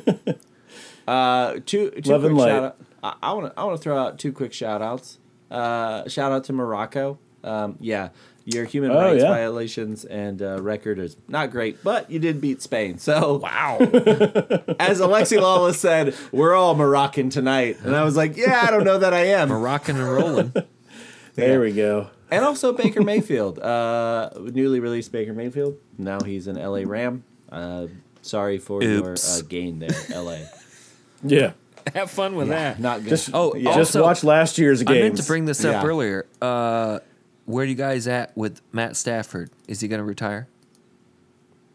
S1: Uh, two two
S3: Love
S1: quick
S3: and light.
S1: shout out. I- I want to I want to throw out two quick shout outs. Uh, shout out to Morocco. Um, yeah, your human
S3: Oh,
S1: rights
S3: yeah.
S1: violations and uh, record is not great, but you did beat Spain. So
S2: Wow.
S1: as Alexi Lawless said, we're all Moroccan tonight, and I was like, yeah, I don't know that I am.
S2: Rocking and rolling.
S3: there we go.
S1: and also Baker Mayfield, uh, newly released Baker Mayfield. Now he's an LA Ram. Uh, sorry for
S2: Oops.
S1: your uh, gain there, LA.
S3: Yeah,
S2: Have fun with that.
S1: Not good.
S3: just
S2: Oh,
S1: Yeah.
S3: just
S2: also,
S3: watch last year's
S2: I
S3: games.
S2: meant to bring this up
S1: Yeah.
S2: earlier. Uh, where are you guys at with Matt Stafford? Is he going to retire?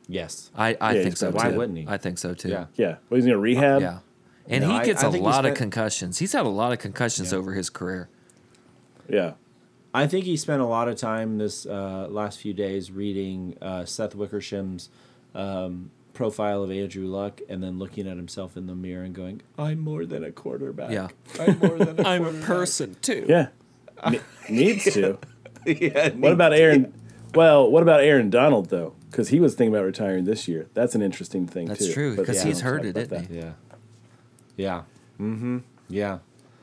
S1: yes.
S2: I, I
S3: Yeah,
S2: think
S3: he's
S2: so too.
S3: probably-
S1: Why wouldn't he?
S2: I think so too.
S1: Yeah.
S3: Yeah, well, he's gonna rehab.
S2: Yeah. And
S1: No,
S2: he
S1: I-
S2: gets
S1: I
S2: a
S1: think he
S2: lot of
S1: spent-
S2: concussions. He's had a lot of concussions over his career.
S3: yeah.
S1: I think he spent a lot of time this uh, last few days reading uh, Seth Wickersham's um, profile of Andrew Luck and then looking at himself in the mirror and going, I'm more than a quarterback.
S2: Yeah.
S1: I'm more than a quarterback."
S2: too.
S3: Yeah. Ne- needs to.
S1: yeah,
S3: What about Aaron? Well, what about Aaron Donald though? Because he was thinking about retiring this year. That's an interesting thing
S2: That's
S3: too.
S2: true,
S3: But
S2: 'cause
S3: we
S2: he's
S3: don't talk
S2: hurt it,
S3: about
S2: didn't
S3: that.
S1: Mm-hmm. Yeah. Yeah. Mm hmm. Yeah.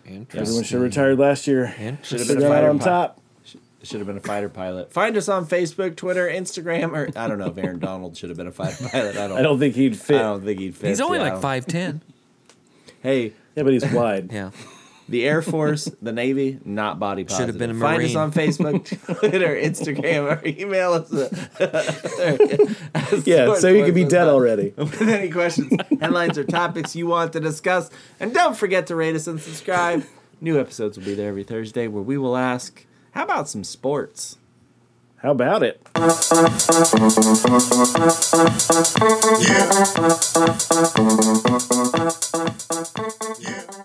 S3: Everyone should have
S2: Interesting.
S3: retired last year.
S2: Interesting.
S3: Should have got out on top.
S1: It should have been a fighter pilot. Find us on Facebook, Twitter, Instagram, or I don't know if Aaron Donald should have been a fighter pilot. I don't.
S3: I don't think he'd fit.
S1: I don't think he'd fit.
S2: He's only
S1: yeah.
S2: like five ten.
S1: Hey,
S3: Yeah, but he's wide.
S2: Yeah.
S1: the Air Force, the Navy, not body positive.
S2: been a
S1: Find us
S2: Marine.
S1: on Facebook, Twitter, Instagram, or email us. at-
S3: Yeah, so he could be dead already.
S1: with any questions, headlines, or topics you want to discuss. And don't forget to rate us and subscribe. New episodes will be there every Thursday where we will ask, how about some sports?
S3: How about it?
S5: Yeah. Yeah.